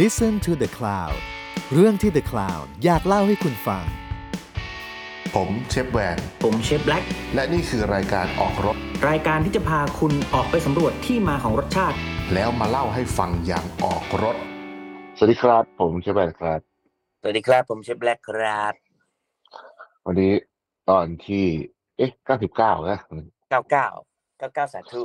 Listen to the Cloud เรื่องที่ The Cloud อยากเล่าให้คุณฟัง ผมเชฟแวน ผมเชฟแบล็ก และนี่คือรายการออกรถ รายการที่จะพาคุณออกไปสำรวจที่มาของรสชาติ แล้วมาเล่าให้ฟังอย่างออกรถ สวัสดีครับผมเชฟแบนครับ สวัสดีครับ ผมเชฟแบล็กครับ วันนี้ตอนที่ เอ๊ะเก้าสิบเก้านะ 99 99 สาธุ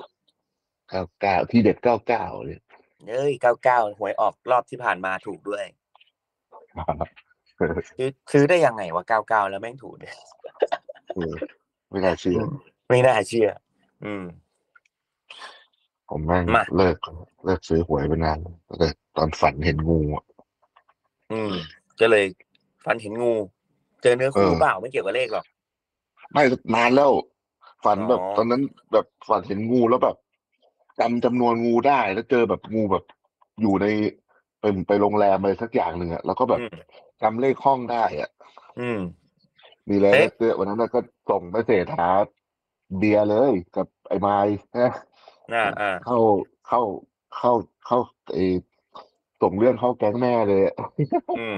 เก้าเก้าที่เด็ดเก้าเก้าเนี่ย เอ้ย 99 หวยออกรอบที่ผ่านมาถูกด้วย ซื้อซื้อได้ยังไงวะ 99 แล้วแม่งถูกด้วย เออไม่น่าเชื่อ ไม่น่าเชื่อ อืม ผมแม่ง มา เลิกเลิกซื้อหวยไปนานแล้วแต่ตอนฝันเห็นงูอะ อืม ก็เลยฝันเห็นงู เจอเนื้อคู่เปล่าไม่เกี่ยวกับเลขหรอก ไม่นานแล้ว ฝันแบบ อ๋อ ตอนนั้นแบบฝันเห็นงูแล้วแบบจำจำนวนงูได้ แล้วเจอแบบงูแบบ อยู่ในไปไปโรงแรมอะไรสักอย่างหนึ่งอะแล้วก็แบบ อืม จำเลขห้องได้อะ อืม มีแล้ว เอ๊ะ เสื้อวันนั้นเราก็ส่งไปเสถาเบียร์เลยกับไอ้ไม้ นะ อ่าอ่า เข้าเข้าเข้าเข้าไอ้ส่งเรื่องเข้าแก๊งแม่เลยอะ อืม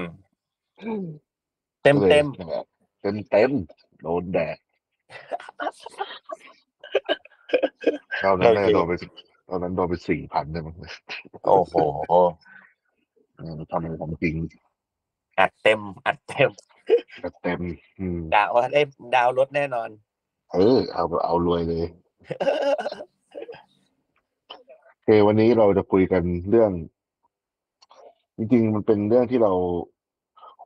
เต็มเต็ม ก็ลยเต็มเต็มโดนแด ดตอนนั้นน่าจะโดนไปตอนนั้นโดนไปสี่พันเลยมั้ง โอ้โห เออทำอะไรทำจริง อัดเต็ม อัดเต็ม แบบเต็ม อืม ดาวว่าได้ดาวรถแน่นอน เออเอาเอารวยเลยโอเควันนี้เราจะคุยกันเรื่อง จริงๆ มันเป็นเรื่องที่เรา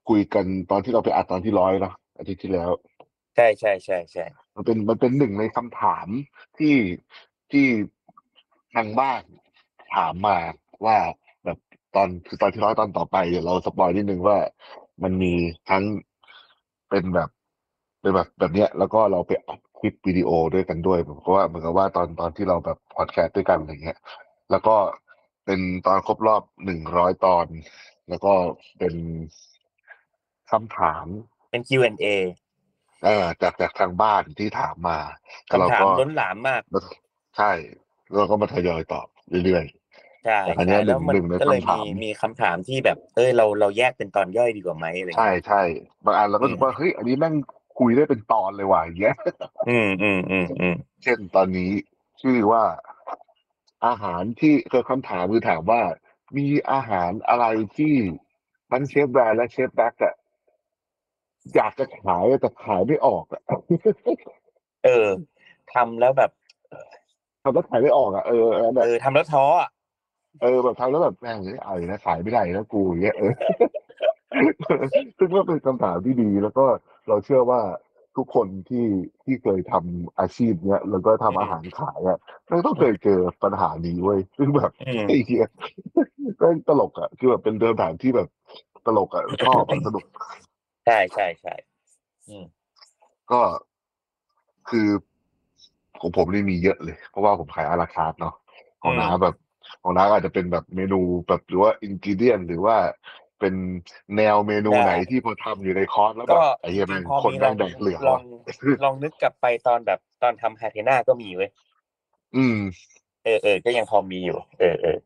คุยกันตอนที่เราไปอัดตอนที่ร้อยเนาะอาทิตย์ที่แล้ว ใช่ใช่ใช่ใช่ มันเป็นมันเป็นหนึ่งในคำถามที่ที่ทางบ้านถามมาว่าแบบตอนคือตอนที่ร้อยตอนต่อไปเดี๋ยวเราสปอยนิดนึงว่ามันมีทั้งเป็นแบบเป็นแบบแบบเนี้ย แล้วก็เราไปอัดคลิปวิดีโอด้วยกันด้วยเพราะว่าเหมือนกับว่าตอนตอนที่เราแบบพอดแคสต์ด้วยกันอะไรเงี้ย แล้วก็เป็นตอนครบรอบหนึ่งร้อยตอน แล้วก็เป็นคำถาม เป็น Q&A เออจากจากทางบ้านที่ถามมาแล้วเรา คำถาม ก็ ล้นหลามมาก ใช่แล้วเราก็มาทยอยตอบเรื่อย ใช่ แต่อันเนี้ ใช่ ย แล้วมัน หนึ่งใน ก็เลย คำถา มี ม มีคำถามที่แบบ เอ้ยเราเราแยกเป็นตอนย่อยดีกว่าไหมอะไร ๆ เงี้ย ใช่ใช่บางอันเราก็รู้สึกว่าเฮ้ยอันนี้แม่งคุยได้เป็นตอนเลยว่ะอย่างเงี้ย อืมอืมอืมอืม เช่นตอนนี้ชื่อว่าอาหารที่เกิดคำถามคือถามว่า มีอาหารอะไรที่ทั้งเชฟแบรนด์และเชฟแบ็กอะอยากจะขายแต่ขายไม่ออกอะ เออทำแล้วแบบ ทำแล้วขายไม่ออกอะเอออันนั้นอะ เออทำแล้วท้ออะ เออแบบทำแล้วแบบแม่งเอ้ยเอาอีกแล้วขายไม่ได้แล้วกูอย่างเงี้ยเออ ซึ่งก็เป็นคำถามที่ดี แล้วก็เราเชื่อว่าทุกคนที่ที่เคยทำอาชีพเนี้ยแล้วก็ทำอาหารขายอ่ะไม่งต้องเคยเจอปัญหานี้เว้ยซึ่งแบบ อืม ไอ้เหี้ยแม่งตลกอ่ะคือแบบเป็นเดิมถามที่แบบตลกอ่ะชอบอะสนุก ใช่ใช่ใช่ ก็คือของผมนี่มีเยอะเลย เพราะว่าผมขายอาราคาร์ทเนาะของ อืม น้าแบบ ของน้าอาจจะเป็นแบบเมนูแบบหรือว่าอินกิเดียนหรือว่าเป็นแนวเมนูไหนที่พอทำอยู่ในคอร์สแล้วแบ ก็ บไอ้เหี้ยแม่ง พอ คน มีล แม่ อง งแดกเหลือง ลอง ว่ะ ลองนึกกลับไปตอนแบบตอนทำฮาเทน่าก็มีเว้ย อืม เออเออก็ยังพอมีอยู่ เออเออ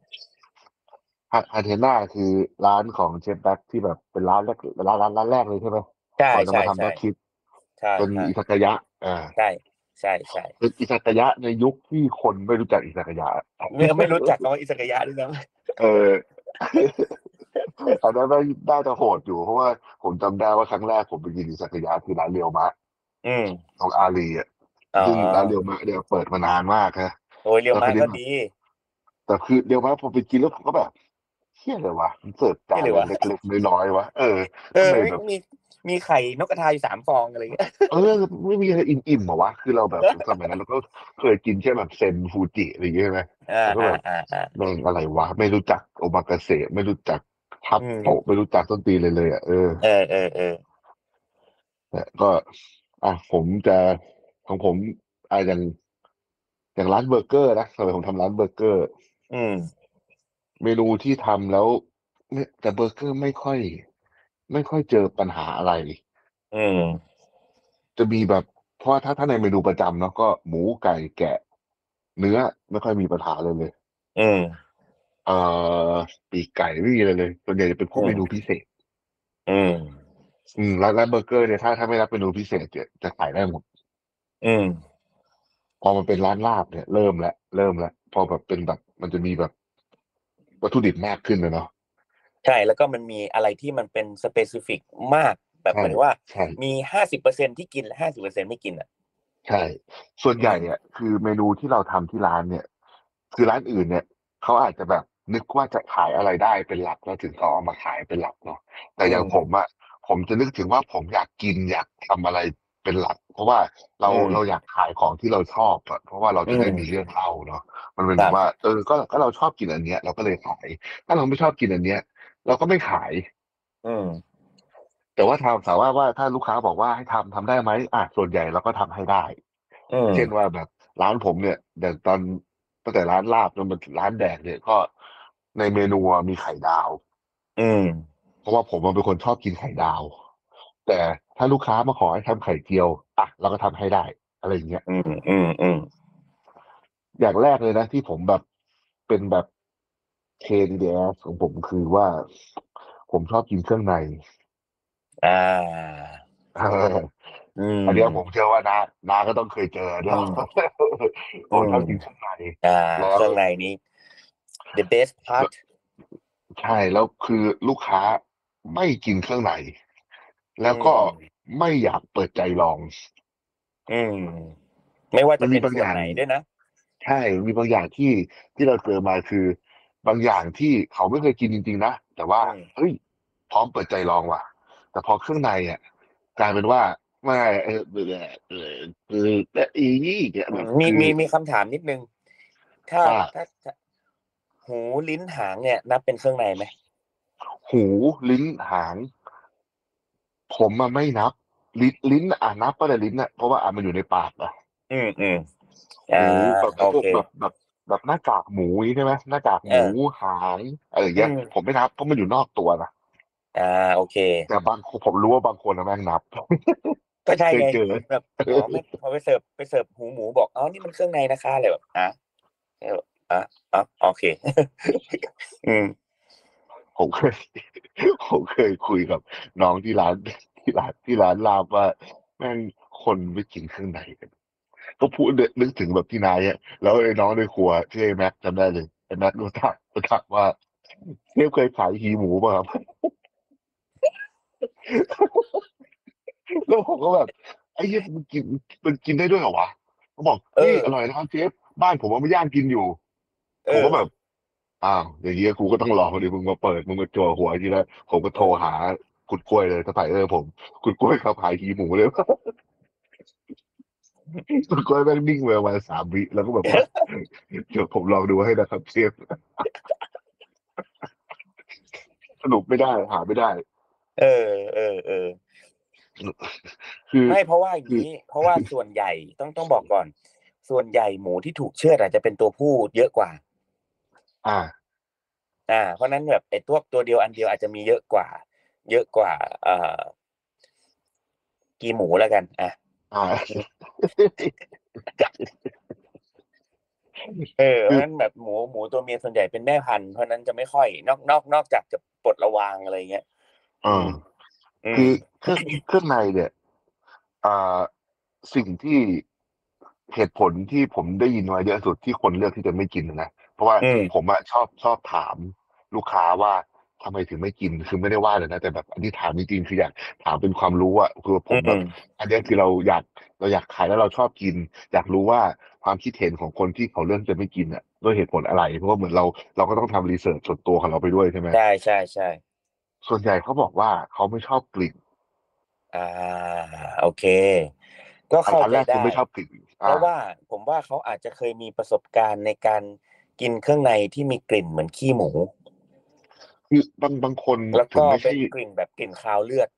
ฮาฮาเทน่าคือร้านของเชฟแบ็กที่แบบเป็นร้านแรกร้านร้านร้านแรกเลยใช่ไหม ใช่ ก่อนจะ ใช่ มาทำ ใช่ แบ็กคิด ใช่ เป็น ใช่ อิซากายะอ่า ใช่ใช่ใช่ เป็นอิซากายะในยุคที่คนไม่รู้จักอิซากายะ ไม่ไม่รู้จักคำว่าอิสกายะด้วย นะ เออ อันนั้นน่าน่าจะโหดอยู่เพราะว่าผมจำได้ว่าครั้งแรกผมไปกินอิสักายะที่ร้านเรียวมะ อืม ของอาลีอ่ะ อ๋อ ซึ่งร้านเรียวมะเนี่ยเปิดมานานมากนะ โอ้ยเรียวมาก็ดี แต่คือเรียวมะผมไปกินแล้วผมก็แบบเชี่ยเลยวะมันเสิร์ฟจาน เหี้ยเลยวะ เล็กๆน้อยๆวะเออ เออ ทำไม ไม่ แบบ มีมีไข่นกกระทาอยู่สามฟองอะไรอย่างเงี้ย เออไม่มีอะไรอิ่มๆเหรอวะคือเราแบบ สมัยนั้นเราก็เคยกินแค่แบบเซนฟูจิอะไรอย่างเงี้ยใช่ไหม อ่า แล้วก็ อ่า แบบ อ่าอ่า แม่งอะไรวะไม่รู้จักโอมากาเสะไม่รู้จักทับ อืม โตะไม่รู้จักต้นตีนเลยเลยอ่ะเออ เออเออเออ แต่ก็อ่ะผมจะของผมอ่ะอย่างอย่างร้านเบอร์เกอร์นะสมัยผมทำร้านเบอร์เกอร์ อืม เมนูที่ทำแล้วไม่แต่เบอร์เกอร์ไม่ค่อย ไม่ค่อยเจอปัญหาอะไร อืม จะมีแบบเพราะว่าถ้าถ้าในเมนูประจำเนาะก็หมูไก่แกะ เนื้อไม่ค่อยมีปัญหาเลยเลย อืม เอ่อปีกไก่ไม่มีอะไรเลยส่วนใหญ่จะเป็นพวกเมนูพิเศษ อืม อืมร้านร้านเบอร์เกอร์เนี่ยถ้าถ้าไม่รับเมนูพิเศษจะจะขายได้หมด อืม พอมันเป็นร้านลาบเนี่ยเริ่มแล้วเริ่มแล้วพอแบบเป็นแบบมันจะมีแบบวัตถุดิบมากขึ้นเลยเนาะ ใช่แล้วก็มันมีอะไรที่มันเป็นสเปซิฟิกมาก แบบ ใช่ หมายถึงว่า ใช่ มีห้าสิบเปอร์เซ็นที่กินห้าสิบเปอร์เซ็นไม่กินอ่ะ ใช่ ส่วนใหญ่เนี่ยคือเมนูที่เราทำที่ร้านเนี่ย คือร้านอื่นเนี่ยเขาอาจจะแบบนึกว่าจะขายอะไรได้เป็นหลักแล้วถึงเขาเอามาขายเป็นหลักเนาะแต่อย่าง อืม ผมอะผมจะนึกถึงว่าผมอยากกินอยากทำอะไรเป็นหลัก เพราะว่าเรา อืม เราอยากขายของที่เราชอบอะเพราะว่าเราจะได้ อืม มีเรื่องเล่าเนาะมันเป็น ค แบ รับ บว่าเออก็ก็เราชอบกินอันเนี้ย เราก็เลยขาย ถ้าเราไม่ชอบกินอันเนี้ย เราก็ไม่ขาย อืม แต่ว่าทำถามว่าว่าถ้าลูกค้าบอกว่าให้ทำทำได้ไหมอ่ะส่วนใหญ่เราก็ทำให้ได้ อืม เช่นว่าแบบร้านผมเนี่ยแต่ตอนตั้งแต่ร้านลาบจนมาถึงร้านแดกเนี่ยก็ในเมนูอะมีไข่ดาว อืม เพราะว่าผมอะเป็นคนชอบกินไข่ดาว แต่ถ้าลูกค้ามาขอให้ทำไข่เจียวอ่ะเราก็ทำให้ได้ อะไรอย่างเงี้ย อืมอืมอืม อย่างแรกเลยนะที่ผมแบบเป็นแบบเทนเดียของผมคือว่า ผมชอบกินเครื่องใน อ่า เออ อืม อันเนี้ยผมเชื่อว่านานาก็ต้องเคยเจอด้วย อืม ผมชอบ อืม กินข้างใน อ่า แล้ว เครื่องในนี้ the best part ใช่แล้วคือลูกค้าไม่กินเครื่องใน แล้วก็ไม่อยากเปิดใจลอง อืม ไม่ว่าจะเป็มันนมีบางอส่วน ย่าง ไหนด้วยนะ ใช่มีบางอย่างที่ที่เราเจอมาคือบางอย่างที่เขาไม่เคยกินจริง ๆ นะแต่ว่า อืม เฮ้ยพร้อมเปิดใจลองว่ะ แต่พอเครื่องในอ่ะกลายเป็นว่าไม่เออเออเออเออแต่อีนี่เนี่ยแบบ มี คือ มีมีคำถามนิดนึง ถ้า ว่า ถ้าถ้าหูลิ้นหางเนี่ย นับเป็นเครื่องในไหม หูลิ้นหาง ผมอะไม่นับ ลิ้นลิ้นอะนับก็ได้ลิ้นอะเพราะว่าอะมันอยู่ในปากอะ อืมอืม ห อ่า มูแบบไอ้พโอวก เค แบบแบบแบบหน้ากากหมูนี่ใช่ไหมหน้ากากหมูหางอะไรอย่างเงี้ย อืม ผมไม่นับเพราะมันอยู่นอกตัวนะ อ่า โอเค แต่บางคนผมรู้ว่าบางคนนะแม่งนับ ก็ใช่เคไงยเจอ แบบอ๋อไม่พอไปเสิร์ฟไปเสิร์ฟหูหมูบอกอ๋อนี่มันเครื่องในนะคะเลยแบบอ่ะเอออ่ะอ่ะโอเค อืม ผมเคย ผมเคยคุยกับน้องที่ร้านที่ร้านที่ร้านลาบว่า แม่งคนไม่กินเครื่องในกันก็พูดนึกถึงแบบที่นายอะแล้วไอ้น้องในครัวชื่อไอ้แม็กจำได้เลยไอ้แม็กรู้จักรู้จักว่าเทพเคยขาย หีหมูป่ะครับ แล้วผมก็แบบไอ้เหี้ยมันกินมันกินได้ด้วยเหรอวะเขาบอก เออ เฮ้ยอร่อยนะครับเชฟบ้านผมว่ามันย่างกินอยู่ เอ ผม อ ก็แบบ อ้าวอย่างเงี้ยกูก็ต้องรอดิมึงมาเปิดมึงมาจั่วหัวทีแล้วผมก็โทรหาคุณกล้วยเลยสไปเออร์ผม คุณกล้วยเขาขายหีหมูเลย คุณกล้วยแม่งนิ่งไปประมาณสามวิแล้วก็แบบ ว่า เดี๋ยวผมลองดูให้นะครับเชฟ สรุปไม่ได้หาไม่ได้ เออเออเออ คือ ไม่เพราะว่าอย่างนี้ เพราะ ว่าส่วนใหญ่ต้องต้องบอกก่อน ส่วนใหญ่หมูที่ถูกเชือดอาจจะเป็นตัวผู้เยอะกว่า อ่า อ่า เพราะฉะนั้นแบบไอ้ตัวตัวเดียวอันเดียวอาจจะมีเยอะกว่า เยอะกว่า เอ่อกี่หมูแล้วกัน อ่ะ อ่า เออเพราะฉะนั้นแบบหมูหมูตัวเมียส่วนใหญ่เป็นแม่พันธุ์เพราะฉะนั้นจะไม่ค่อย นอกนอกนอกจากจะปลดระวางอะไรเงี้ย เออ อืม คือเครื่องเครื่องในเนี่ยอ่าสิ่งที่เหตุผลที่ผมได้ยินมาเยอะสุดที่คนเลือกที่จะไม่กินนะเพราะว่า อืม ผมอะชอบชอบถามลูกค้าว่าทำไมถึงไม่กินคือไม่ได้ว่าเลยนะแต่แบบอันที่ถามจริงๆคืออยากถามเป็นความรู้อะคือผมแบบ อันเนี้ยคือเราอยากเราอยากขายแล้วเราชอบกิน อยากรู้ว่าความคิดเห็นของคนที่เขาเลือกจะไม่กินอะด้วยเหตุผลอะไร เพราะว่าเหมือนเราเราก็ต้องทำรีเสิร์ชส่วนตัวของเราไปด้วยใช่ไหม ใช่ใช่ใช่ ส่วนใหญ่เขาบอกว่าเขาไม่ชอบกลิ่น อ่าโอเค ก็เข้า อัน ใจ แรกคื ได้ อไม่ชอบกลิ่น เพราะว่าผมว่าเขาอาจจะเคยมีประสบการณ์ในการกินเครื่องในที่มีกลิ่นเหมือนขี้หมู คือบางบางคน แล้ว ถึ ก็ งไม่ เป็ ใช่ นกลิ่นแบบกลิ่นคาวเลือด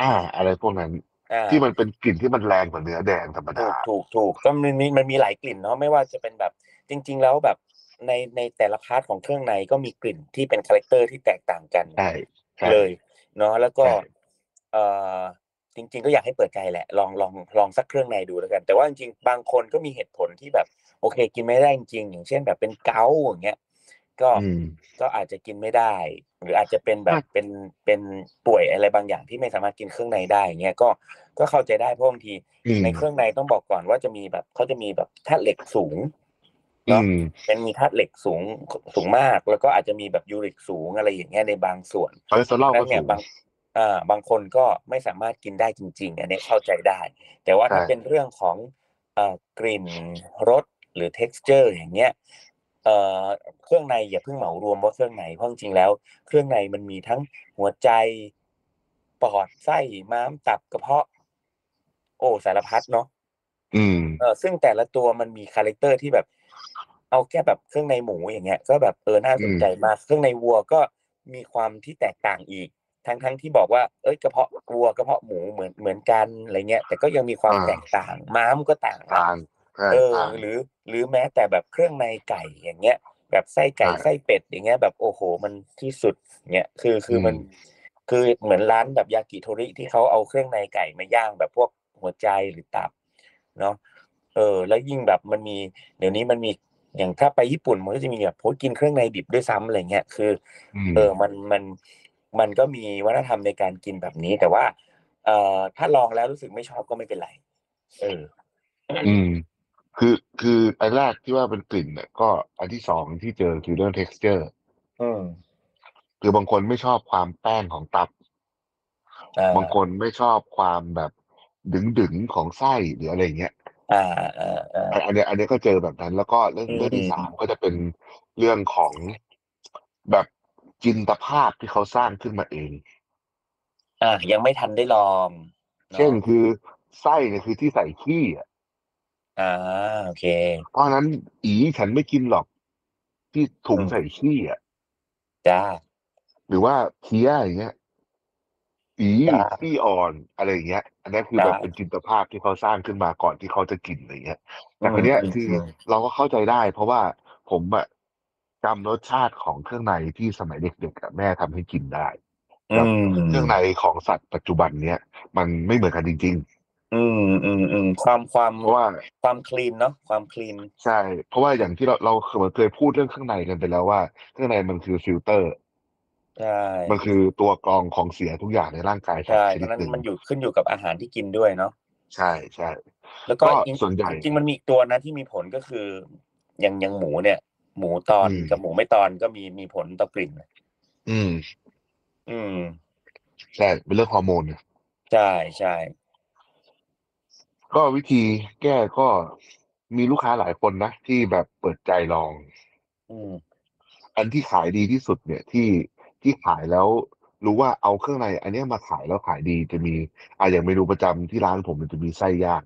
อ่า อะไรพวกนั้น อ่า ที่มันเป็นกลิ่นที่มันแรงกว่าเนื้อแดงธรรม ถู ดาก ถูกถูกก็มันมีมันมีหลายกลิ่นเนาะไม่ว่าจะเป็นแบบจริง ๆ แล้วแบบในในแต่ละพาร์ทของเครื่องในก็มีกลิ่นที่เป็นคาแรคเตอร์ที่แตกต่างกัน ใช่ใช่ เลยเนาะแล้วก็ ใช่ เอ่อจริง ๆ ก็อยากให้เปิดใจแหละ ลองลองลองสักเครื่องในดูแล้วกัน แต่ว่าจริงๆบางคนก็มีเหตุผลที่แบบ โอเค กินไม่ได้จริงๆอย่างเช่นแบบเป็นเกาต์อย่างเงี้ย ก็ อืม ก็อาจจะกินไม่ได้ หรืออาจจะเป็นแบบ อ่ะ เป็นเป็นป่วยอะไรบางอย่างที่ไม่สามารถกินเครื่องในได้อย่างเงี้ยก็ก็เข้าใจได้เพราะบางที อืม ในเครื่องในต้องบอกก่อนว่าจะมีแบบเขาจะมีแบบธาตุเหล็กสูง อื เนาะ ม เป็นมีธาตุเหล็กสูงสูงมาก แล้วก็อาจจะมีแบบยูริกสูงอะไรอย่างเงี้ยในบางส่วน คอเลสเตอรอล นั่ ก็สูนเนี่ย ง บางอ่าบางคนก็ไม่สามารถกินได้จริง ๆ อันนี้เข้าใจได้ แต่ว่า ใช่ ถ้าเป็นเรื่องของเอ่อกลิ่นรสหรือ texture อย่างเงี้ยเอ่อเครื่องในอย่าเพิ่งเหมารวมว่าเครื่องในเพราะจริงๆแล้ว เครื่องในมันมีทั้งหัวใจปอดไส้ม้ามตับกระเพาะ โอ้สารพัดเนาะ อืม เออซึ่งแต่ละตัวมันมีคาแรคเตอร์ที่แบบ เอาแค่แบบเครื่องในหมูอย่างเงี้ย ก็แบบเออน่าสนใจมาก เครื่องในวัวก็มีความที่แตกต่างอีก ทั้งทั้งที่บอกว่าเอ้ยกระเพาะวัวกระเพาะหมูเหมือนเหมือนกันอะไรเงี้ย แต่ก็ยังมีความ อ่า แตกต่าง ม้ามก็ต่าง ทานใช่ เออ ทาน หรือ หรือแม้แต่แบบเครื่องในไก่อย่างเงี้ย แบบไส้ไก่ไส้เป็ดอย่างเงี้ย แบบโอ้โหมันที่สุดเงี้ยคือคือมัน คือเหมือนร้านแบบยากิโทริที่เขาเอาเครื่องในไก่มาย่างแบบพวกหัวใจหรือตับเนาะเออ แล้วยิ่งแบบมันมี เดี๋ยวนี้มันมีอย่างถ้าไปญี่ปุ่นมันก็จะมีแบบโหกินเครื่องในดิบด้วยซ้ำอะไรเงี้ยคือ ม เออมันมันมันก็มีวัฒนธรรมในการกินแบบนี้ แต่ว่า เอ่อถ้าลองแล้วรู้สึกไม่ชอบก็ไม่เป็นไรเออ อืม คือคืออันแรกที่ว่าเป็นกลิ่นเนี่ยก็อันที่สองที่เจอคือเรื่อง texture อืม คือบางคนไม่ชอบความแป้งของตับ อ่า บางคนไม่ชอบความแบบดึงดึงๆของไส้หรืออะไรอย่างเงี้ย อ่าอ่าอ่า อันอันเนี้ยอันเนี้ยก็เจอแบบนั้น แล้วก็เรื่อง อืม เรื่องที่สามก็จะเป็นเรื่องของแบบจินตภาพที่เขาสร้างขึ้นมาเอง อ่ายังไม่ทันได้ลอง เช่น อะ คือไส้เนี่ยคือที่ใส่ขี้อะ อ่าโอเค เพราะฉะนั้นอีฉันไม่กินหรอกที่ถุง อืม ใส่ขี้อ่ะ จ้า หรือว่าเคี้ยอย่างเงี้ยอี จ้ะ ขี้อ่อนอะไรอย่างเงี้ย อันนั้นคือ จ้ะ แบบเป็นจินตภาพที่เขาสร้างขึ้นมาก่อนที่เขาจะกินอะไรอย่างเงี้ยแต่ อืม คนเนี้ย อืม คืออ ม เราก็เข้าใจได้ เพราะว่าผมอะจำรสชาติของเครื่องในที่สมัยเด็กๆอะแม่ทำให้กินได้กับเครื่องในของสัตว์ปัจจุบันเนี้ยมันไม่เหมือนกันจริง อืมอืมอืมความความ ๆ เพราะว่า ความคลีนเนาะความคลีน ใช่ เพราะว่าอย่างที่เราเราเคยพูดเรื่องข้างในกันไปแล้วว่าข้างในมันคือฟิลเตอร์ ใช่ มันคือตัวกรองของเสียทุกอย่างในร่างกายสัต ใช่ ว์ช เพ นิดราะฉะนั้น หนึ่ง มันอยู่ขึ้นอยู่กับอาหารที่กินด้วยเนาะ ใช่ใช่ แล้วก็ ก็ อีก ส่วนใหญ่ จริงๆมันมีอีกตัวนะที่มีผลก็คืออย่างอย่างหมูเนี่ย หมูตอน อืม กับหมูไม่ตอนก็มีมีผลต่อกลิ่น อืม อืม ใช่เป็นเรื่องฮอร์โมนเนี่ย ใช่ใช่ ก็วิธีแก้ก็มีลูกค้าหลายคนนะที่แบบเปิดใจลอง อืม อันที่ขายดีที่สุดเนี่ยที่ที่ขายแล้วรู้ว่าเอาเครื่องใน อันเนี้ยมาขายแล้วขายดีจะมีอ่ะอย่างเมนูประจำที่ร้านผมมันจะมีไส้ย่าง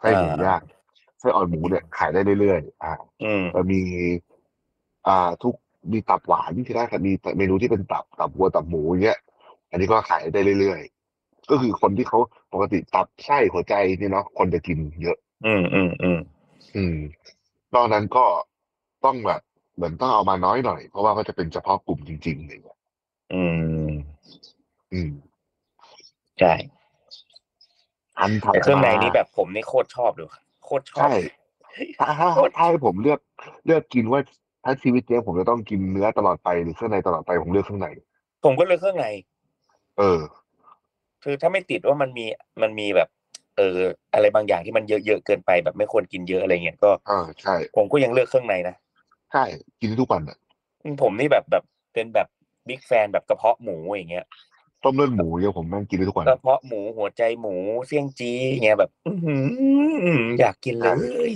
ไส้หมูย่างไส้อ่อนหมูเนี่ยขายได้เรื่อยๆอ่า อืม มันมี อ่า ทุกมีตับหวานที่ได้ครับมีเมนูที่เป็นตับตับวัวตับหมูอย่างเงี้ย อันนี้ก็ขายได้เรื่อยๆ ก็คือคนที่เขาปกติตับไส้หัวใจนี่เนาะคนจะกินเยอะ อืมอืมอืม อืมนอกนั้นก็ต้องแบบเหมือนต้องเอามาน้อยหน่อย เพราะว่าก็จะเป็นเฉพาะกลุ่มจริงๆอะไรเงี้ย อืม อืม ใช่ อันถัด แต่เครื่อง มา ในนี้แบบผมนี่โคตรชอบเลยโคตรชอบ ใช่ถ้าถ้าถ้าให้ผมเลือกเลือกกินว่าถ้าชีวิตเนี้ยผมจะต้องกินเนื้อตลอดไปหรือเครื่องในตลอดไปผมเลือกเครื่องใน ผมก็เลยเครื่องใน เออ คือถ้าไม่ติดว่ามันมีมันมีแบบ เอออะไรบางอย่างที่มันเยอะๆเกินไปแบบไม่ควรกินเยอะอะไรเงี้ยก็ เออใช่ ผมก็ยังเลือกเครื่องในนะ ใช่กินได้ทุกวันอ่ะ อืมผมนี่แบบแบบเป็นแบบบิ๊กแฟนแบบกระเพาะหมูอย่างเงี้ย ต้มเลือดหมูเนี่ยผมนั่งกินได้ทุกวัน กระเพาะหมูหัวใจหมูเสี่ยงจี้เงี้ยแบบอื้อหืออยากกินเลย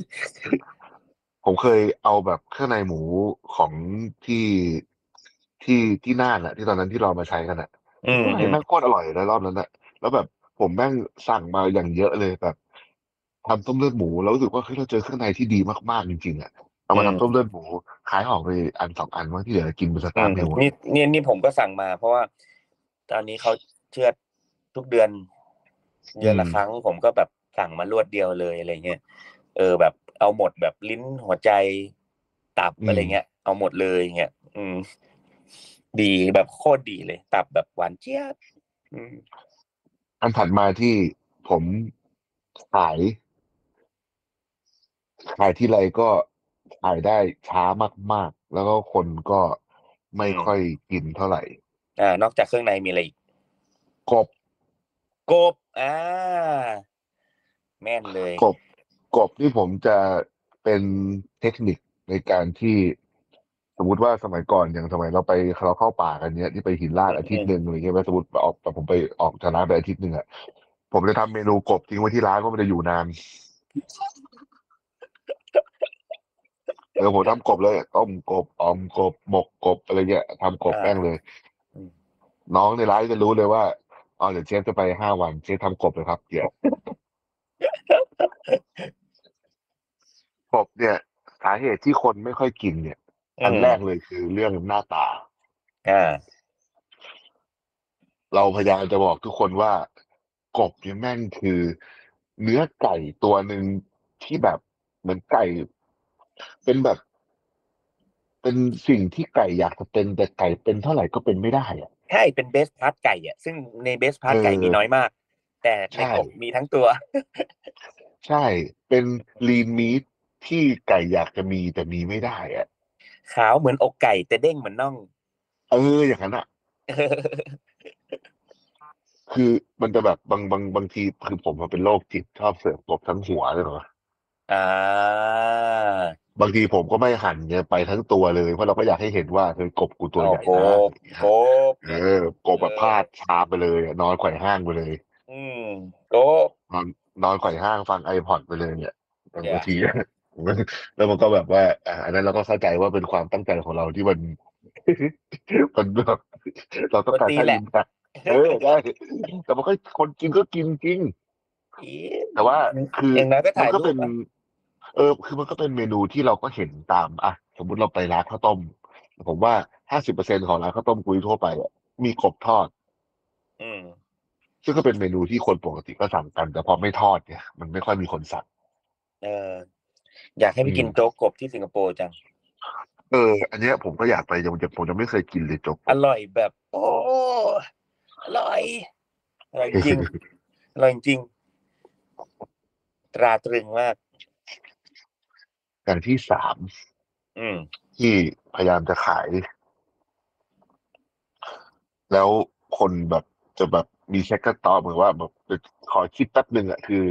ผมเคยเอาแบบเครื่องในหมูของที่ที่ที่น่านอะที่ตอนนั้นที่เรามาใช้กันอะ อืม เครื่องใน อืม แม่งโคตรอร่อยเลยรอบนั้นอะแล้วแบบผมแม่งสั่งมาอย่างเยอะเลยแบบทำต้มเลือดหมูแล้วรู้สึกว่าเฮ้ยเราเจอเครื่องในที่ดีมากๆจริงๆอะเอามาทำต้มเลือดหมูขายออกไปอันสองอันว่างที่เหลือกินเป็นส อื ตาร์ ม เมลอะ นี่เนี่ยนี่ผมก็สั่งมา เพราะว่า ตอนนี้เขาเชือดทุกเดือน เดือนละครั้ง ผมก็แบบสั่งมารวดเดียวเลยอะไรเงี้ยเออแบบเอาหมดแบบลิ้นหัวใจตับอะไรเงี้ย เอาหมดเลยเงี้ยอืม ดีแบบโคตรดีเลย ตับแบบหวานเจี๊ยบอืม อันถัดมาที่ผมขายขายที่ไรก็ ขายได้ช้ามากๆ แล้วก็คนก็ไม่ อืม ค่อยกินเท่าไหร่ อ่านอกจากเครื่องในมีอะไรอีก กบ กบอ่าแม่นเลย กบกบที่ผมจะเป็นเทคนิคในการที่ สมมติว่าสมัยก่อนอย่างสมัยเราไปเราเข้าป่ากันเนี้ยที่ไปหินลาดอาทิตย์หนึ่งอะไรเงี้ยไหมสมมติออกแต่ผมไปออกจากร้านไปอาทิตย์หนึ่งอะผมจะทำเมนูกบทิ้งไว้ที่ร้านเพราะมันจะอยู่นานเออผมทำกบเลยต้มกบออมกบหมกกบอะไรเงี้ยทำกบแป้งเลย น้องในร้านจะรู้เลยว่าอ๋อเดี๋ยวเชฟจะไปห้าวันเชฟทำกบเลยครับเดี๋ยว กบเนี่ย สาเหตุที่คนไม่ค่อยกินเนี่ย อันแรกเลยคือเรื่องหน้าตา อ่า เราพยายามจะบอกทุกคนว่า กบเนี่ยแม่งคือ เนื้อไก่ตัวหนึ่งที่แบบเหมือนไก่ เป็นแบบ เป็นสิ่งที่ไก่อยากจะเป็นแต่ไก่เป็นเท่าไหร่ก็เป็นไม่ได้อะ ใช่ เป็นเบสพาร์ทไก่อ่ะ ซึ่งในเบสพาร์ท เออ ไก่มีน้อยมาก แต่ ใช่ ในกบมีทั้งตัว ใช่ เป็นลีนมีทที่ไก่อยากจะมีแต่มีไม่ได้อะ ขาวเหมือนอกไก่ แต่เด้งเหมือนน่อง เอออย่างนั้นอะ คือมันจะแบบบางบางบางทีคือผมมันเป็นโรคจิตชอบเสือกกบทั้งหัวเลยเหรอ อ่า บางทีผมก็ไม่หันเนี่ยไปทั้งตัวเลยเพราะเราก็อยากให้เห็นว่าเฮ้ยกบกูตัวใหญ่ โอ้ นะ โห กบ เออกบแบบพาดชาไปเลยอะนอนไขว่ห้างไปเลย อืมกบ นอนนอนไขว่ห้างฟังไอพอดไปเลยเนี่ยบาง เนี่ย ที แล้วมันก็แบบว่าอ่ะอันนั้นเราก็เข้าใจว่าเป็นความตั้งใจของเราที่มัน มันแบบเราต้องการให้อิมแพคเอ อได้แต่มันก็คนกินก็กินจริง อี แต่ว่าคือ อย่างน้อยก็ มั ถ่าย ก็ รู เป็ ป น อะ เออ คือมันก็เป็นเมนูที่เราก็เห็นตามอ่ะสมมุติเราไปร้านข้าวต้ม ผมว่าห้าสิบเปอร์เซ็นของร้านข้าวต้มกุยทั่วไปอะมีกบทอด อืม ซึ่งก็เป็นเมนูที่คนปกติก็สั่งกัน แต่พอไม่ทอดเนี่ยมันไม่ค่อยมีคนสั่ง เออ อยากให้ไปกิน อืม โจ๊กกบที่สิงคโปร์จัง เออ อันเนี้ยผมก็อยากไปยังยังผมยังไม่เคยกินเลยจกก อบ ร่อยแบบ โอ้ อร่อย อร่อย จริง อร่อยจริง ตราตรึงมาก อย่างที่สาม อืม ที่พยายามจะขาย แล้วคนแบบจะแบบมีเช็คกระต่อเหมือนว่าแบบขอคิดแป๊บหนึ่งอะคือ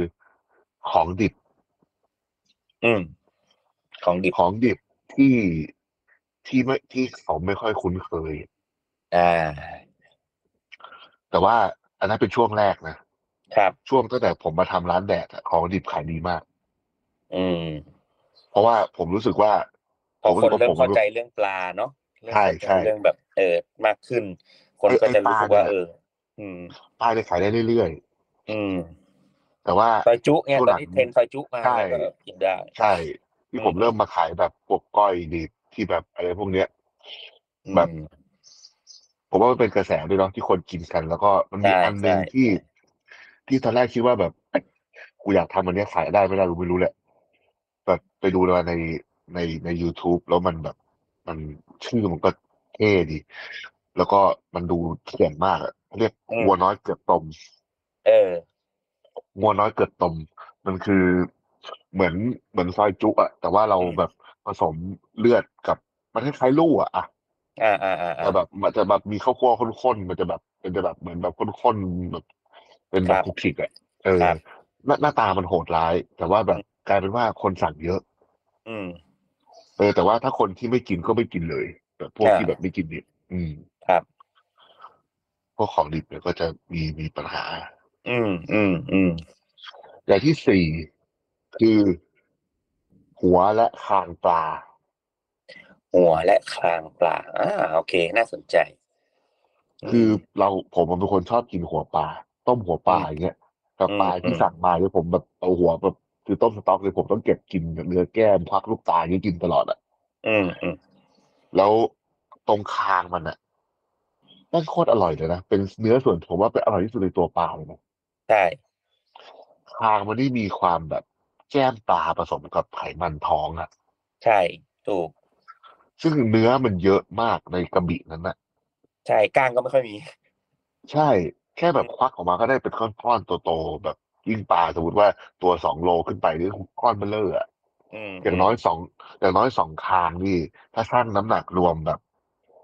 ของดิบ อืม ของดิบ ของดิบที่ที่ไม่ที่เขาไม่ค่อยคุ้นเคย อ่า แต่ว่าอันนั้นเป็นช่วงแรกนะครับ ช่วงตั้งแต่ผมมาทำร้านแดดอะของดิบขายดีมาก อืม เพราะว่าผมรู้สึกว่า พอ ผ คน สึกว่ เริ่ม ผม เข้าใจเรื่องปลาเนาะเริ่ม ใช่ เข้าจ ใช่ เรื่องแบบเออมากขึ้น คน เออ ก็ ไอ้ จะรู้สึกว่า ปลาเนี่ย เออ อืม ป้ายได้ขายได้เรื่อย อืม ๆ แต่ว่า ซอยจุไง ช่วงหตอ ลั น ง นี้เทรนด์ซอยจุมา ใช่ แล้วก็กินได้ ใช่ที่ผม อืม เริ่มมาขายแบบพวกก้อยดิบที่แบบอะไรพวกเนี้ย อืม แบบ ผมว่ามันเป็นกระแสด้วยเนาะที่คนกินกัน แล้วก็มันมี ใช่ อันหนึ่ง ใช่ ที่ ใช่ ที่ตอนแรกคิดว่าแบบกูอยากทำอันเนี้ยขายได้ไม่ได้รู้ไม่รู้แหละแบบไปดูมาในในใน YouTube แล้วมันแบบ มันชื่อมันก็เท่ดี แล้วก็มันดูเขียนมากอะเรียก อืม วัวน้อยเกือบตม เออ วัวน้อยเกือบตม มันคือเหมือนเหมือนซอยจุอะแต่ว่าเรา อืม แบบผสมเลือดกับมันคล้ายๆลู่อะอะ อ่าอ่าอ่าอ่า จะแบบมันจะแบบมีข้าวคั่วข้นๆ มันจะแบบมันจะแบบเหมือนแบบข้นๆแบบเป็นแบบ ครับ คลุกคลิกอ่ะเออ ครับ หน้าหน้าตามันโหดร้าย แต่ว่าแบบกลายเป็นว่าคนสั่งเยอะ อืม เออ แต่ว่าถ้าคนที่ไม่กินก็ไม่กินเลยแบบพวก อ่า ที่แบบไม่กินดิบอืม ครับ พวกของดิบเนี่ยก็จะมีมีปัญหา อืมอืมอืม อย่างที่สี่คือ หัวและคางปลา หัวและคางปลาอ่าโอเค น่าสนใจ คือ ม เราผมเป็นคนชอบกินหัวปลาต้มหัวปลา อืม อย่างเงี้ยแต่ อืม ปลาที่ อืม สั่งมาเนี่ยผมแบบเอาหัวแบบคือต้มสต๊อกเลยผมต้องเก็บกินเนื้อแก้มควักลูกตาอย่างเงี้ยกินตลอดอะ อืมอืม แล้วตรงคางมันอะนั่นโคตรอร่อยเลยนะเป็นเนื้อส่วนผมว่าเป็นอร่อยที่สุดในตัวปลาเลยนะ ใช่ คางมันนี่มีความแบบแก้มปลาผสมกับไขมันท้องอะ ใช่ถูก ซึ่งเนื้อมันเยอะมากในกระบี่นั้นอะ ใช่ก้างก็ไม่ค่อยมี ใช่ แค่แบบควักออกมาก็ได้เป็นก้อนๆโตๆแบบยิ่งปลาสมมติว่าตัวสองโลขึ้นไปนี่ก้อนเบลเลอร์อะ อืม อย่างน้อยสองอย่างน้อยสองคางนี่ ถ้าชั่งน้ำหนักรวมแบบ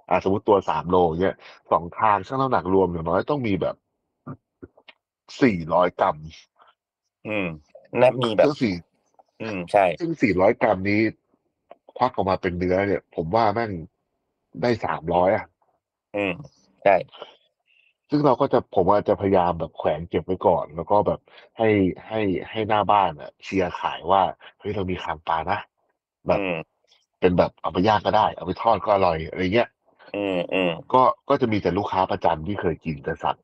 อ่าสมมติตัวสามโลเนี่ยสองคางชั่งน้ำหนักรวมอย่างน้อยต้องมีแบบสี่ร้อยกรัม อืมนะมีแบบ ซึ่งสี่ อืมใช่ ซึ่งสี่ร้อยกรัมนี้ ควักออกมาเป็นเนื้อเนี่ย ผมว่าแม่งได้สามร้อยอ่ะ อืมใช่ ซึ่งเราก็จะผมอาจจะพยายามแบบแขวนเก็บไว้ก่อน แล้วก็แบบให้ให้ให้หน้าบ้านอ่ะ เชียร์ขายว่าเฮ้ยเรามีคางปลานะแบบ อืม เป็นแบบเอาไปย่างก็ได้ เอาไปทอดก็อร่อยอะไรเงี้ย อืมอืม ก็ก็จะมีแต่ลูกค้าประจำที่เคยกินแต่สั่ง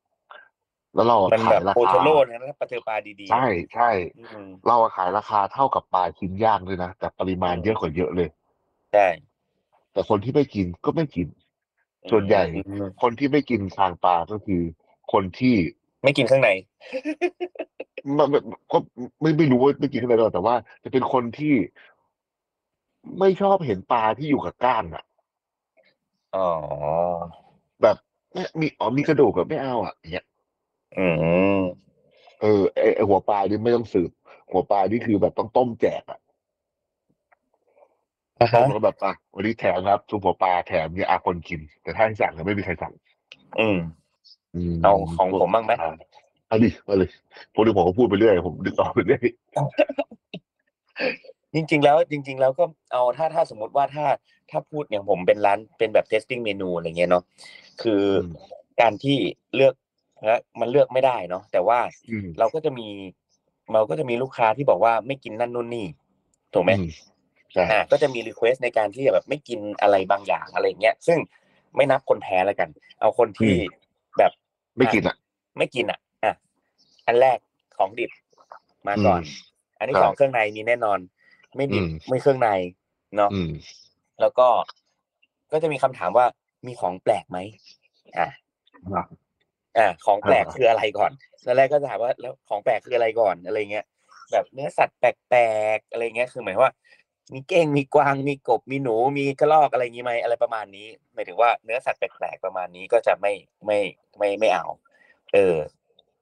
แล้วเราอะ มัน ขา แบ ย บ รา โอ คา โทโรนะครับปลาเทอปลาดีๆ ใช่ใช่ อืม เราอะขายราคาเท่ากับปลาชิ้นย่างด้วยนะแต่ปริมาณ อืม เยอะกว่าเยอะเลย ใช่ แต่คนที่ไม่กินก็ไม่กิน อืม ส่วนใหญ่ อืม คนที่ไม่กินคางปลาก็คือ คนที่ ไม่กินข้างใน มันมันก็ไม่ไม่รู้ว่าไม่กินอะไรหรอกแต่ว่า จะเป็นคนที่ไม่ชอบเห็นปลาที่อยู่กับก้างอ่ะ อ๋อ แบบไม่มีอ๋อมีกระดูกแบบไม่เอาอ่ะอย่างเงี้ย อืม เออไอไอหัวปลานี่ไม่ต้องสืบ หัวปลานี่คือแบบต้องต้มแจกอ่ะ อ่า ต้ ฮะ มแล้วแบบอ่ะวันนี้แถมครับซุปหัวปลาแถมเนี่ยอาคนกิน แต่ถ้าให้สั่งก็ไม่มีใครสั่ง อืม ม เอาของผมบ้างไหม อ่ะเอาดิมาเลยพวกนี้ผมก็พูดไปเรื่อยผมดึกออกไปเรื่อย จริง ๆ แล้วจริง ๆ แล้วก็เอาถ้าถ้าสมมติว่าถ้าถ้าพูดอย่างผมเป็นร้านเป็นแบบ testing เมนูอะไรเงี้ยเนาะคืออการที่เลือกนะมันเลือกไม่ได้เนาะแต่ว่า อืม เราก็จะมีเราก็จะมีลูกค้าที่บอกว่าไม่กินนั่นนู่นนี่ถูกไหม อืมใช่ อ่ะก็จะมีรีเควสในการที่จะแบบไม่กินอะไรบางอย่างอะไรเงี้ยซึ่งไม่นับคนแพ้แล้วกัน เอาคนที่แบบ ไม่กินอ่ะ ไม่กินอ่ะอ่ะอันแรกของดิบมาก่อน อืม อันที่ ครับ สองเครื่องในมีแน่นอน ไม่ดิบ อืม ไม่เครื่องในเนาะ อืม แล้วก็ก็จะมีคำถามว่ามีของแปลกไหมอ่ะ ครับ อ่ะของแปลก อ่า คืออะไรก่อนตอนแรกก็จะถามว่าแล้วของแปลกคืออะไรก่อนอะไรเงี้ยแบบเนื้อสัตว์แปลกๆอะไรเงี้ยคือหมายว่า มีเก้งมีกวางมีกบมีหนูมีกระรอกอะไรอย่างนี้ไหมอะไรประมาณนี้หมายถึงว่าเนื้อสัตว์แปลกๆประมาณนี้ก็จะไม่ไม่ไม่ไม่เอา เออ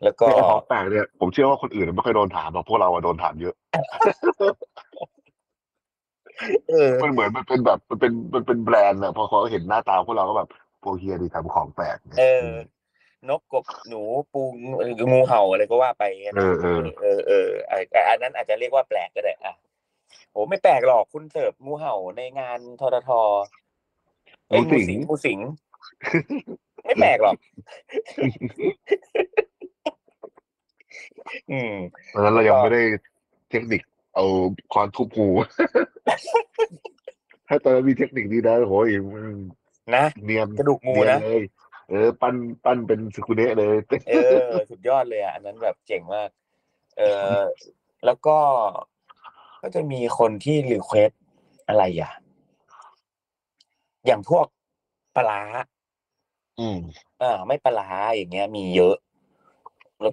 แล้วก็ แต่ของแปลกเนี่ยผมเชื่อว่าคนอื่นไม่เคอยโดนถามหรอกพวกเราอะโดนถามเยอะ เออ มันเหมือนมันเป็นแบบมันเป็นมันเป็นแบรนด์อะพอเขาเห็นหน้าตาพวกเราก็แบบพวกเฮียดีทำของแปลกเนี่ย เออ นกกบหนูปูงูงูเห่าอะไรก็ว่าไปนะ เออเออ เออเออเอออ่ะอันนั้นอาจจะเรียกว่าแปลกก็ได้อ่ะโหไม่แปลกหรอกคุณเสิร์ฟงูเห่าในงานทททเอ้ย งูสิง งูสิงงูสิง ไม่แปลกหร อก อืม เพราะฉะนั้นเรายังไม่ได้เทคนิค เอาคอนทุบหู ถ้าตอนนั้นมีเทคนิคนี้นะโหยมึง นะ เนียน กระดูกงู เนียน นะ เลยเออ ปั้นปั้นเป็นสุคุเนะเลย เออ สุดยอดเลยอ่ะ อันนั้นแบบเจ๋งมาก เออแล้วก็ ก็จะมีคนที่รีเควสอะไรอ่ะ อย่างพวกปลาร้า อืม เออไม่ปลาร้าอย่างเงี้ย มีเยอะ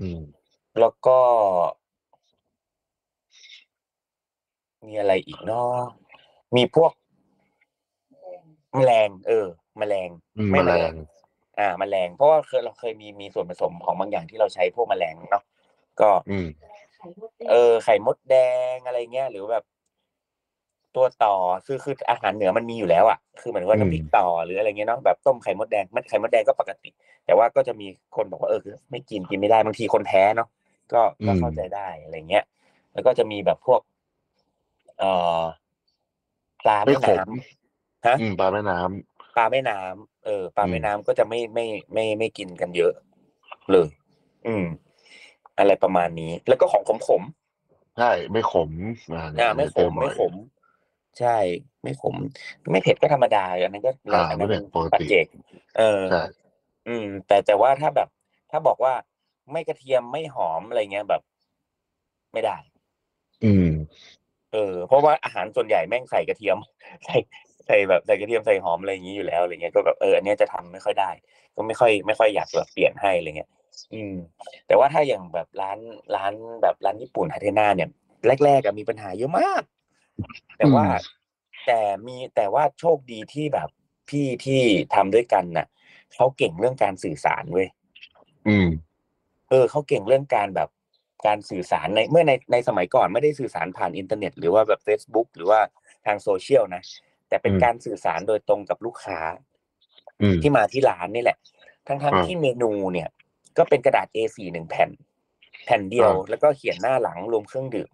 อืม แล้วก็ มีอะไรอีกเนาะมีพวก แมลง เออ แมลง อืม ไม่ แม แร ล ง ง อ่า แมลง เพราะว่าเคยเราเคยมีมีส่วนผสมของบางอย่างที่เราใช้พวกแมลงเนาะก็ อืม เออไข่มดแดงอะไรเงี้ยหรือแบบ ตัวต่อคือคืออาหารเหนือมันมีอยู่แล้วอ่ะคือเหมือนว่าน้ำพริกต่อหรืออะไรเงี้ยเนาะแบบต้มไข่มดแดงมันไข่มดแดงก็ปกติ แต่ว่าก็จะมีคนบอกว่าเออคือไม่กินกินไม่ได้บางทีคนแพ้เนาะก็ก็เข้าใจได้อะไรเงี้ย แล้วก็จะมีแบบพวก เอ่อปลา ไม่ แม่ ข น้ ม ำฮะ อืมปลาแม่น้ำ ปลาแม่น้ำเออปลาแม่น้ำก็จะไม่ไม่ไม่ไม่ไม่กินกันเยอะ เลย อืม อะไรประมาณนี้ แล้วก็ของขมขมๆ ใช่ ไม่ขมอ่าเนี่ย อ่าไม่ข เจอ ม บ่อย ไม่ขม ใช่ ไม่ขม ไม่เผ็ดก็ธรรมดาอันนั้นก็ อ่า อัน ไม่ นั้น เป็นปก ปัจ ติ เจก เออ ใช่ อืม แต่แต่ว่าถ้าแบบ ถ้าบอกว่าไม่กระเทียมไม่หอมอะไรเงี้ยแบบ ไม่ได้ อืม เออ เพราะว่าอาหารส่วนใหญ่แม่งใส่กระเทียม ใส่ใส่แบบใส่กระเทียมใส่หอมอะไรอย่างนี้อยู่แล้วอะไรเงี้ยก็แบบเอออันเนี้ยจะทำไม่ค่อยได้ ก็ไม่ค่อยไม่ค่อยอยากแบบเปลี่ยนให้อะไรเงี้ยอืม แต่ว่าถ้าอย่างแบบร้านร้านแบบร้านญี่ปุ่นฮาเทนาเนี่ย แรกๆอะมีปัญหาเยอะมาก แต่ว่า อืม แต่มีแต่ว่าโชคดีที่แบบพี่ที่ทำด้วยกันน่ะเขาเก่งเรื่องการสื่อสารเว้ย อืม เออเขาเก่งเรื่องการแบบ การสื่อสารในเมื่อในในสมัยก่อนไม่ได้สื่อสารผ่านอินเทอร์เน็ต หรือว่าแบบ Facebook หรือว่าทางโซเชียลนะ แต่เป็น อืม การสื่อสารโดยตรงกับลูกค้า อืม ที่มาที่ร้านนี่แหละ ทั้งๆ อ่า ที่เมนูเนี่ย ก็เป็นกระดาษ A4 หนึ่งแผ่น แผ่นเดียว อ่า แล้วก็เขียนหน้าหลังรวมเครื่องดื่ม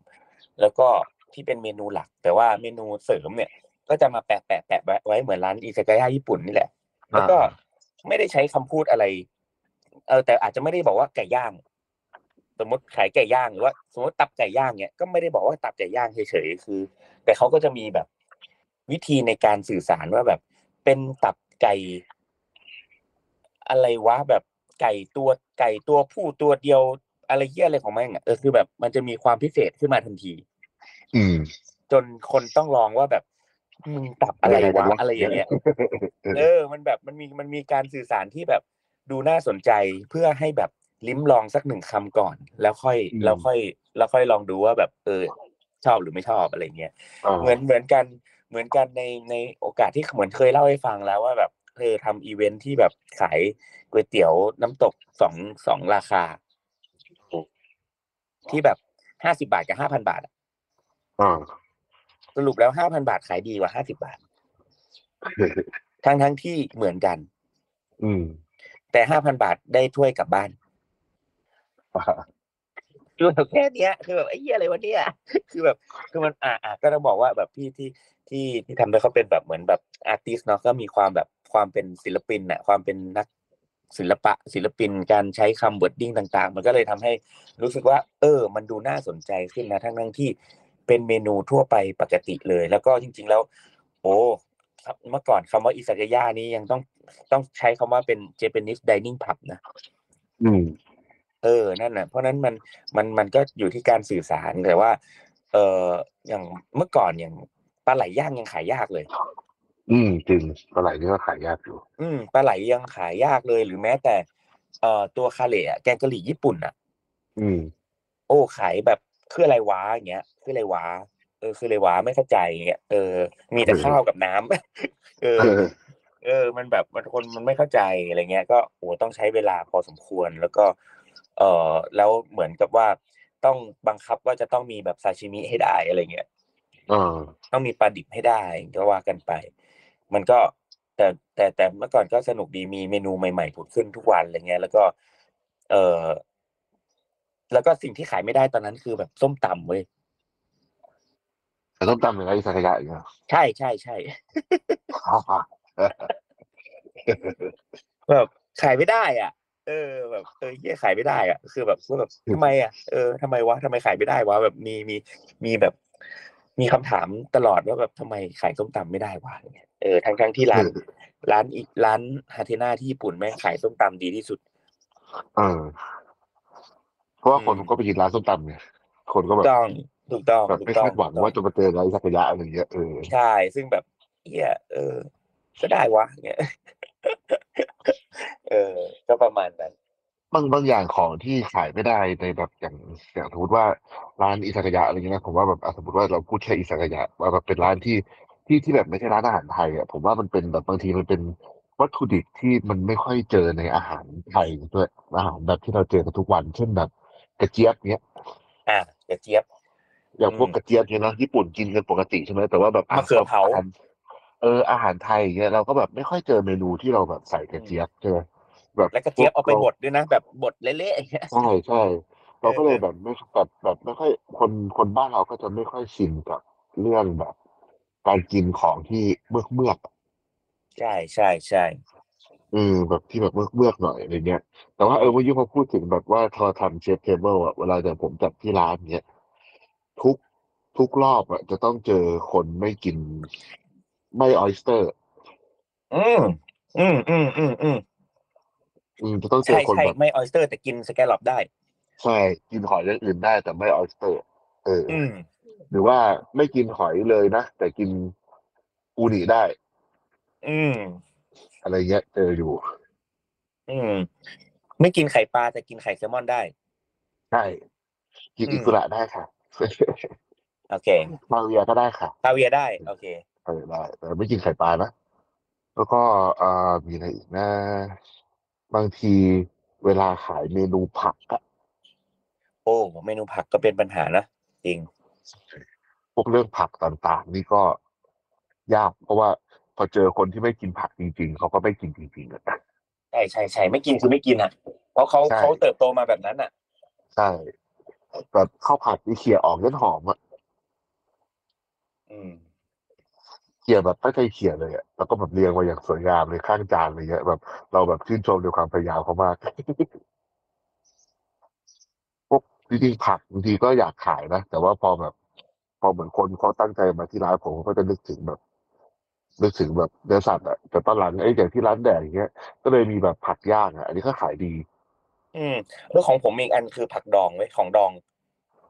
แล้วก็ที่เป็นเมนูหลัก แต่ว่าเมนูเสริมเนี่ย ก็จะมาแปะแปะแปะไว้ไว้เหมือนร้านอิซากายะญี่ปุ่นนี่แหละ แล้วก็ไม่ได้ใช้คำพูดอะไร เออแต่อาจจะไม่ได้บอกว่าไก่ย่าง สมมติขายไก่ย่างหรือว่าสมมติตับไก่ย่างเนี่ยก็ไม่ได้บอกว่าตับไก่ย่างเฉยๆคือ แต่เขาก็จะมีแบบวิธีในการสื่อสารว่าแบบ เป็นตับไก่ อะไรวะแบบไก่ตัวไก่ตัวผู้ตัวเดียวอะไรเยี่ยอะไรของแม่งอะเออคือแบบมันจะมีความพิเศษขึ้นมาทันที อืม จนคนต้องลองว่าแบบมึงตับอะไร อะไรกั วะ นวะ อะไรอย่างเงี้ย เออ มันแบบมันมีมันมีการสื่อสารที่แบบดูน่าสนใจเพื่อให้แบบลิ้มลองสักหนึ่งคำก่อน แล้วค่อย อืม แล้วค่อย แล้วค่อยลองดูว่าแบบ เออ ชอบหรือไม่ชอบอะไรเงี้ยเหมือนเหมือนกันเหมือนกันในในโอกาสที่เหมือนเคยเล่าให้ฟังแล้วว่าแบบเออทำอีเวนท์ที่แบบขายก๋วยเตี๋ยวน้ำตกสองสองราคา ที่แบบห้าสิบาทกับห้าพันบาทอะ อ่า สรุปแล้วห้าพันบาทขายดีกว่าห้าสิบาท ทั้งทั้งที่เหมือนกัน อืม แต่ห้าพันบาทได้ถ้วยกลับบ้าน อ่า คือแบบแค่เนี้ยคือแบบไอ้เหี้ยอะไรวะเนี่ย คือแบบคือมันอ่าอ่าก็ต้องบอกว่าแบบพี่ที่ที่ที่ทำไปเขาเป็นแบบเหมือนแบบอาร์ติสเนาะก็มีความแบบความเป็นศิลปินน่ะความเป็นนักศิลปะศิลปินการใช้คำบดดิ้งต่าง ๆ มันก็เลยทำให้รู้สึกว่า เออ มันดูน่าสนใจขึ้นนะทั้งทั้งๆที่เป็นเมนูทั่วไปปกติเลย แล้วก็จริง ๆ แล้ว โอ้ครับเมื่อก่อนคำว่าอิซากายะนี่ยังต้องต้องใช้คำว่าเป็น Japanese dining pub นะ อืม เออ นั่นน่ะ เพราะฉะนั้นมันมันมันก็อยู่ที่การสื่อสารแต่ว่า เอออย่างเมื่อก่อนอย่างปลาไหลย่างยังขายยากเลย อืมจริงปลาไหลนี่ก็ขายยากอยู่ อืมปลาไหลยังขายยากเลย หรือแม้แต่ เอ่อตัวคาเละอะแกงกะหรี่ญี่ปุ่นอ่ะ อืม โอ้ขายแบบคืออะไรวะอย่างเงี้ยคืออะไรวะเออคืออะไรวะไม่เข้าใจอย่างเงี้ยเออ มีแต่ เออ ข้าวกับน้ำ เออ เออ เออ มันแบบมันคนมันไม่เข้าใจอะไรเงี้ย ก็โอ้ต้องใช้เวลาพอสมควร แล้วก็ เออแล้วเหมือนกับว่าต้องบังคับว่าจะต้องมีแบบซาชิมิให้ได้อะไรเงี้ย อ่า ต้องมีปลาดิบให้ได้ก็ว่ากันไป มันก็แต่แต่แต่เมื่อก่อนก็สนุกดีมีเมนูใหม่ๆผุดขึ้นทุกวันอะไรเงี้ย แล้วก็ เออแล้วก็สิ่งที่ขายไม่ได้ตอนนั้นคือแบบส้มตำเว้ย แต่ต้องจำเป็นไรอิสระยะอีกนะ ใช่ใช่ใช่ อ่า แบบขายไม่ได้อ่ะ เออ แบบเออเหี้ยขายไม่ได้อ่ะ คือแบบก็แบบทำไมอ่ะ เออทำไมวะทำไมขายไม่ได้วะ แบบมีมีมีแบบ มีคำถามตลอดว่าแบบทำไมขายส้มตำไม่ได้วะอย่างเงี้ยเออทั้งทั้งที่ร้าน ร้านอีกร้านฮาเทนาที่ญี่ปุ่นแม่งขายส้มตำดีที่สุด เออเพราะว่า อืม คนก็ไปกินร้านส้มตำไงคนก็ ถู แบ ก บ ต้องถูกต้อง แบบ ถู ไม่ กต้อง คาดหวังว่าจะมาเจอไรอิสระยะอะไรอย่างเงี้ยเออ ใช่ ซึ่งแบบเฮียเออ ก็ได้วะอย่างเงี้ย เออ ก็ประมาณนั้น บางบางอย่างของที่ขายไม่ได้ในแบบอย่างอย่างสมมติว่าร้านอิสระยะอะไรเงี้ยนะผมว่าแบบอ่ะสมมติว่าเราพูดแค่อิสระยะว่าแบบเป็นร้านที่ที่ที่แบบไม่ใช่ร้านอาหารไทยอ่ะผมว่ามันเป็นแบบบางทีมันเป็นวัตถุดิบที่มันไม่ค่อยเจอในอาหารไทยด้วยอาหารแบบที่เราเจอกันทุกวันเช่นแบบกระเจี๊ยบเนี้ย อ่ะเดี๋ยวเจี๊ยบ อย่างพวก อืม กระเจี๊ยบเนี่ยเนอะญี่ปุ่นกินกันปกติใช่ไหมแต่ว่าแบบ มะเขือเผา อหรเอออาหารไทยอย่างเงี้ยเราก็แบบไม่ค่อยเจอเมนูที่เราแบบใส่กระเจี๊ยบใช่ไหมแบบ แล้วกระเจี๊ยบเอาไป รา บดด้วยนะ แบบบดเละๆอย่างเงี้ย ใช่ใช่เราก็เลย เออ แบบไม่แบบแบบไม่ค่อยคนคนบ้านเราก็จะไม่ค่อยชินกับเรื่องแบบ การกินของที่เมือกเมือกๆ ใช่ใช่ใช่ เออแบบที่แบบเมือกๆหน่อยอะไรเงี้ย แต่ว่าเออเมื่อกี้พอพูดถึงแบบว่าทอทำเชฟเทเบิลอะเวลาแต่ผมจัดที่ร้านเนี้ยทุกทุกรอบอะจะต้องเจอคนไม่กิน ไม่ออ s สเตอร์ อืมอืมอืมอืมอืม อืมจะต้องเจ ใช่ อคน ใช่ แบบ ไม่ออยสเตอร์ แต่กินสแกลลอปได้ ใช่กินหอยอย่างอื่นได้แต่ไม่ออ s สเตอร์ เอออ อืม หรือว่าไม่กินหอยเลยนะ แต่กินอูนิได้ อืม อะไรเงี้ยเจออยู่ อืมไม่กินไข่ปลาแต่กินไข่แซลมอนได้ ใช่กิน อืม อิกุระได้ค่ะ โอเค มาเวียก็ได้ค่ะ คาเวียร์ได้โอเค เออได้แต่ไม่กินไข่ปลานะ แล้วก็เอ่อมีอะไรอีกนะ บางทีเวลาขายเมนูผักอะ โอ้เมนูผักก็เป็นปัญหานะจริง พวกเรื่องผักต่างๆ นี่ก็ยาก เพราะว่าพอเจอคนที่ไม่กินผักจริง ๆ เขาก็ไม่กินจริงๆอะ ใช่ใช่ใช่ไม่กินคือไม่กินอ่ะ เพราะเขา ใช่ เขาเติบโตมาแบบนั้นอ่ะ ใช่แบบข้าวผัดนี่เขี่ยออกเล่นหอมอะ อืม เขี่ยแบบไม่เคยเขี่ยเลยอะแล้วก็แบบเรียงมาอย่างสวยงามเลยข้างจานอะไรเงี้ยแบบเราแบบชื่นชมในความพยายามเขามาก พวกจริงๆผักบางทีก็อยากขายนะแต่ว่าพอแบบ พอเหมือนคนเขาตั้งใจมาที่ร้านผมก็จะนึกถึงแบบนึกถึงแบบเนื้อสัตว์อะแต่ตอนหลังไอ้ยอย่างที่ร้านแดดอย่างเงี้ยก็เลยมีแบบผักย่างอะอันนี้ก็ขายดี อืมแล้วของผมมีอีกอันคือผักดองไว้ยของดอง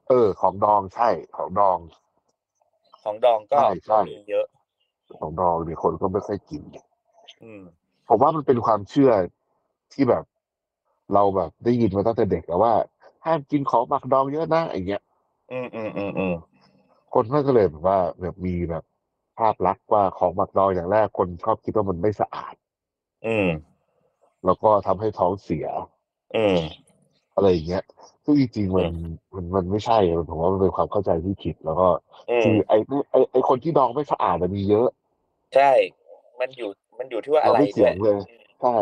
เออ ของดองใช่ของดอง ของดองก็ ใช่ใช่ มีเยอะ ของดองเนี่ยคนก็ไม่ค่อยกิน อืม ผมว่ามันเป็นความเชื่อที่แบบ เราแบบได้ยินมาตั้งแต่เด็กแล้วว่าห้ามกินของหมักดองเยอะนะอย่างเงี้ย อืมอืมอืมอืม คนก็เลยแบบว่าแบบมีแบบภาพลักษณ์ว่าของหมักดองอย่างแรกคนชอบคิดว่ามันไม่สะอาด อืม แล้วก็ทำให้ท้องเสีย อืม อะไรอย่างเงี้ยซึ่งจริงๆมันมันมันไม่ใช่อะผมว่ามันเป็นความเข้าใจที่ผิดแล้วก็ อืม คือไอ้ไอ้ไอ้คนที่ดองไม่สะอาดมันมีเยอะ ใช่ มันอยู่มันอยู่ที่ว่าอะ เรา ไร ไม่เถี ด้วย ย งเลยใช่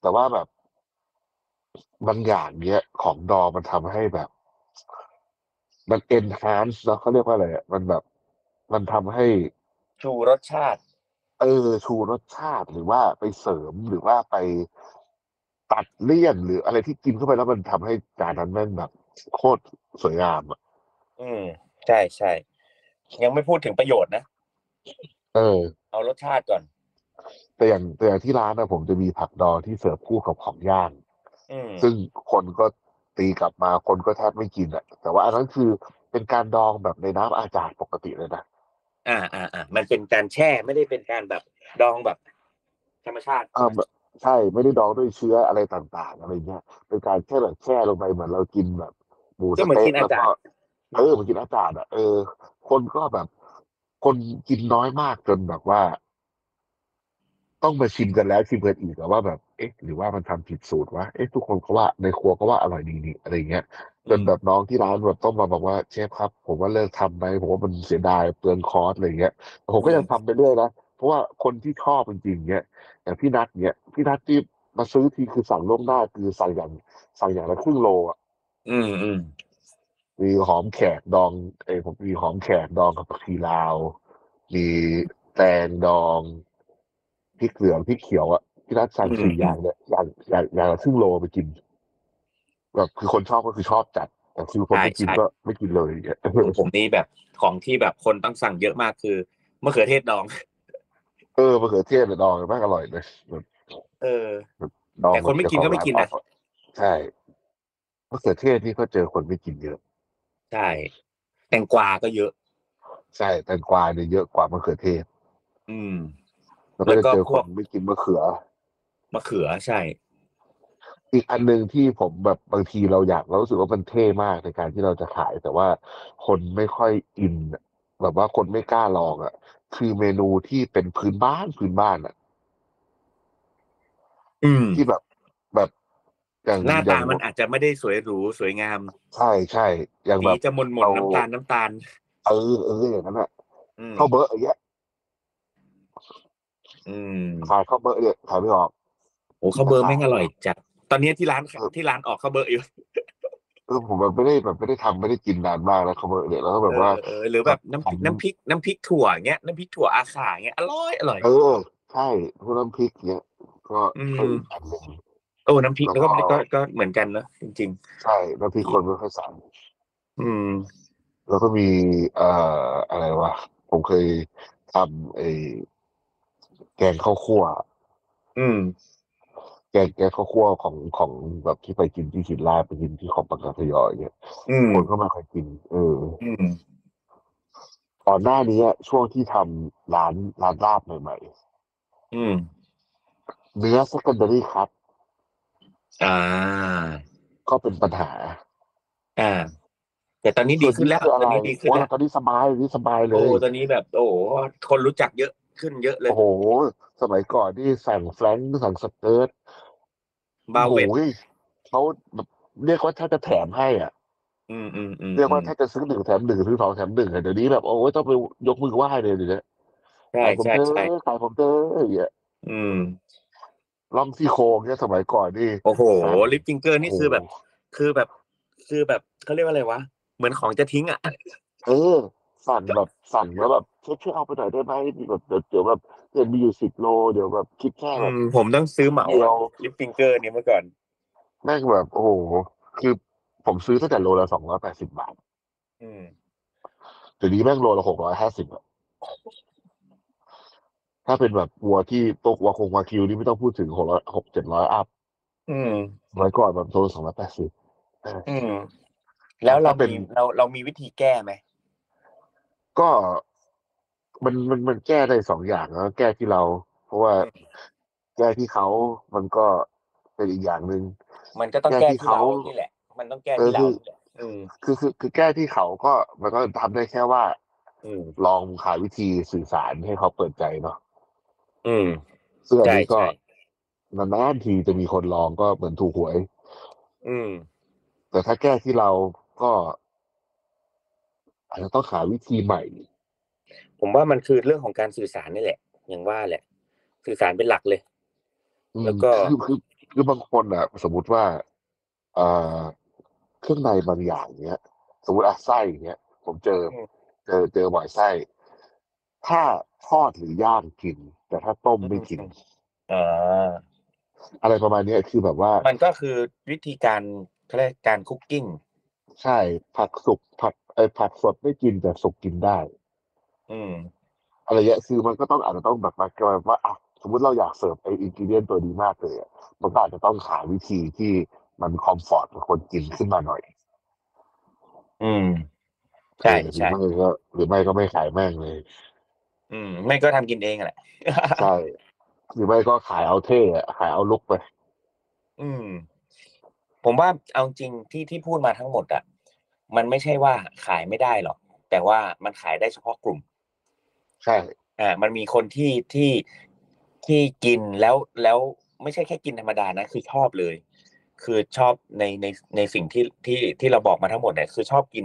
แต่ว่าแบบบางอย่างเนี้ย ของดองมันทำให้แบบ มัน enhance เนอะเขาเรียกว่าอะไรอะมันแบบ มันทำให้ ชูรสชาติ เออชูรสชาติหรือว่าไปเสริมหรือว่าไปตัดเลี่ยนหรืออะไรที่กินเข้าไปแล้วมันทำให้จานนั้นแม่งแบบโคตรสวยงามอะ อืม ใช่ใช่ยังไม่พูดถึงประโยชน์นะ เออ เอารสชาติก่อน แต่อย่างแต่อย่างที่ร้านนะผมจะมีผักดองที่เสิร์ฟคู่กับของย่าง อืม ซึ่งคนก็ตีกลับมาคนก็แทบไม่กินอะแต่ว่าอันนั้นคือเป็นการดองแบบในน้ำอาจารย์ปกติเลยนะ อ่าอ่าอ่ามันเป็นการแช่ไม่ได้เป็นการแบบดองแบบ ธรรมชาติ เออใช่ไม่ได้ดองด้วยเชื้ออะไรต่างๆ อะไรเงี้ยเป็นการแค่แบบแช่ลงไปเหมือนเรากินแบบหมูส ก็เหมือน เต๊ะ กินอา แล้ว จาร ก็ ย์ เออเหมันกินอาจารย์อะเออ คนก็แบบ คนกินน้อยมากจนแบบว่า ต้องมาชิมกันแล้วชิมกันอีกอะว่าแบบเอ๊ะ หรือว่ามันทำผิดสูตรวะเอ๊ะทุกคนก็ว่าในครัวก็ว่าอร่อยดีนี่อะไรเงี้ย จนแบบน้องที่ร้านแบบต้องมาบอกว่าเชฟครับ ผมว่าเลิกทำไหมผมว่ามันเสียดายเปลืองคอร์สอะไรเงี้ยผมก็ยังทำไปเรื่อยนะเพราะว่าคนที่ชอบจริงๆเนี้ยอย่างพี่นัทเนี้ยพี่นัทที่มาซื้อทีคือสั่งล่วงหน้าคือสั่งอย่างสั่งอย่างละครึ่งโลอะ อืมอืม มีหอมแขกดองเอยผมมีหอมแขกดองกับผักชีลาว มีแตงดองพริกเหลืองพริกเขียวอะพี่นัทสั่งสี่อย่างเนี่ยอย่างอย่างอย่างละครึ่งโลไปกินแบบคือคนชอบก็คือชอบจัดแต่คือคนไม่กินก็ไม่กินเลย อย่างเงี้ย ของผมนี่แบบของที่แบบคนต้องสั่งเยอะมากคือมะเขือเทศดอง เออมะเขือเทศเนี่ยดองกันมากอร่อยเลยแบบ เออ ดอง แต่คนไม่กินก็ไม่กินนะ ใช่มะเขือเทศนี่ก็เจอคนไม่กินเยอะ ใช่แตงกวาก็เยอะ ใช่แตงกวาเนี่ยเยอะกว่ามะเขือเทศ อืม แล้วก็จะเจอ แล้วก็พ คว ก นไม่กินมะเขือ มะเขือใช่ อีกอันหนึ่งที่ผมแบบบางทีเราอยากเรารู้สึกว่ามันเท่มากในการที่เราจะขาย แต่ว่าคนไม่ค่อยอินอะแบบว่าคนไม่กล้าลองอ่ะ คือเมนูที่เป็นพื้นบ้านพื้นบ้านอ่ะ อืม ที่แบบแบบอย่าง หน้า อย่ ตางมันอาจจะไม่ได้สวยหรูสวยงาม ใช่ใช่อย่างแบ สี บ จะมนมน เอา น้ำตาลน้ำตาล เออเอออย่างนั้นอ่ะ อืม ข้าวเบอร์อย่างเงี้ย อืม ขายข้าวเบอร์เนี่ยขายไม่ออก โอ้ข้าวเบอร์แม่งอร่อยจัดตอนนี้ที่ร้าน เออ ที่ร้านออกข้าวเบอร์อยู่ เออผมแบบไม่ได้แบบไม่ได้ทำไม่ได้กินนานมากแล้วข้าวเบอร์เนี่ยแล้วก็แบบว่า เออเออหรือแบบน้ำพริผกม น้ำพริกน้ำพริกถั่วเงี้ยน้ำพริกถั่วอาขาเงี้ยอร่อยอร่อย เออใช่พวกน้ำพริกเนี่ยก็ อืม ก็อีกอันหนึ่ง โอ้น้ำพริกแล้วก็ แล้วก็ ก็ก็เหมือนกันเนอะจริง ใช่น้ำพริกคนไม่ค่อยสั่ง ๆ อืม แล้วก็มีเอ่ออะไรวะผมเคยทำไอ้แกงข้าวคั่ว อืม แกงแกงข้าวคั่วของของแบบที่ไปกินที่ศิลาไปกินที่ของปากกาพยอเนี่ย อืม คนก็มาเคยกิน เออ อืม ก่อนหน้านี้อะช่วงที่ทำร้านร้านลาบใหม่ อืม ๆเนื้อ secondary cut อ่า ก็เป็นปัญหา อ่า แต่ตอนนี้ดีขึ้นแล้ว คืออะ ตอ ไร นนี้ดีขึ้น โอ้ แล้ว ตอนนี้สบายตอนนี้สบายเล โอ้ ย ตอนนี้แบบ โอ้โหคนรู้จักเยอะขึ้นเยอะเลย โอ้โห สมัยก่อนนี่สั่งแฟรงค์สั่งสเกิร์ต บา โอ้ เวต ยเขาแบบ เรียกว่าถ้าจะแถมให้อ่ะ อืมอืมอืม เรียกว่าถ้าจะซื้อหนึ่งแถมหนึ่งซื้อสองแถมหนึ่งอะเดี๋ยวนี้แบบโอ้ยต้องไปยกมือไหว้เลยเดี๋ยวนี้ ใช่ ขายผม ใช่ เตอ ใช่ ขายผมเตออย่างเงี้ย อืม ล่องซี่โครงเนี่ยสมัยก่อนนี่ โอ้โหลิปฟิงเกอร์นี่ โอ้โห คือแบบ คือแบบ คือแบบเขาเรียกว่าอะไรวะ เหมือนของจะทิ้งอ่ะ เออ สั่งแบบสั่งแล้วแบบช่วยช่วยเอาไปหน่อยได้ไหมแบบเดี๋ยวเดี๋ยวแบบเดี๋ยวมีอยู่สิบโลเดี๋ยวแบบคิดแค่แบบ อืมผมต้องซื้อเหมา เดียว ลิปฟิงเกอร์นี่เมื่อก่อน แม่งแบบโอ้โหคือผมซื้อตั้งแต่โลละสองร้อยแปดสิบาท อืม เดี๋ยวนี้แม่งโลละหกร้อยห้าสิบอะถ้าเป็นแบบวัวที่ตกวัวคงวาคิวนี่ไม่ต้องพูดถึงหกร้อยหกเจ็ดร้อยอัพ อืม สมัยก่อนแบบโลสองร้อยแปดสิบ อืม แล้วเรา ถ้าเป็น มีเราเรามีวิธีแก้ไหม ก็มันมันมันแก้ได้สองอย่างนะแก้ที่เรา เพราะว่าแก้ที่เขามันก็เป็นอีกอย่างหนึ่ง มันก็ต้อง แก้ แก้ ที่ ที่เรา เขา นี่แหละ มันต้องแก้ เอ ที่ อ เรา คือ นี่แหละอืม คือคือคือแก้ที่เขาก็มันก็ทำได้แค่ว่า อืม ลองหาวิธีสื่อสารให้เขาเปิดใจเนาะ อืม ซึ่งอัน ใช่ นี้ก็ ใช่ นานๆทีจะมีคนลองก็เหมือนถูกหวย อืม แต่ถ้าแก้ที่เราก็อาจจะต้องหาวิธีใหม่ ผมว่ามันคือเรื่องของการสื่อสารนี่แหละ อย่างว่าแหละ สื่อสารเป็นหลักเลย อืม แล้วก็ คือคือคือบางคนอ่ะ สมมติว่าเอ่อเครื่องในบางอย่างเนี้ย สมมติอะไส้อย่างเนี้ย ผมเจอ เจอเจอบ่อยไส้ ถ้าทอดหรือย่างกิน แต่ถ้าต้มไม่กิน อ่า อะไรประมาณเนี้ยคือแบบว่า มันก็คือวิธีการเขาเรียกการคุกกิ้ง ใช่ผักสุกผักไอยผักสดไม่กินแต่สุกกินได้ อืม อะไรเงี้ยคือมันก็ต้องอาจจะต้องแบบมากันว่าอ่ะสมมติเราอยากเสิร์ฟไออินกิเดียนตัวนี้มากเลยอะมันก็อาจจะต้องหาวิธีที่มันคอมฟอร์ตกับคนกินขึ้นมาหน่อย อืม ใช่ เออ ใช่ หรือไม่ก็หรือไม่ก็ไม่ขายแม่งเลย อืม ไม่ก็ทำกินเองแหละ ใช่ หรือไม่ก็ขายเอาเท่อะขายเอาลุกไป อืม ผมว่าเอาจริงที่ที่พูดมาทั้งหมดอ่ะมันไม่ใช่ว่าขายไม่ได้หรอก แต่ว่ามันขายได้เฉพาะกลุ่ม ใช่ อ่า มันมีคนที่ที่ที่กินแล้วแล้วไม่ใช่แค่กินธรรมดานะ คือชอบเลย คือชอบในในในสิ่งที่ที่ที่เราบอกมาทั้งหมดเนี่ยคือชอบกิน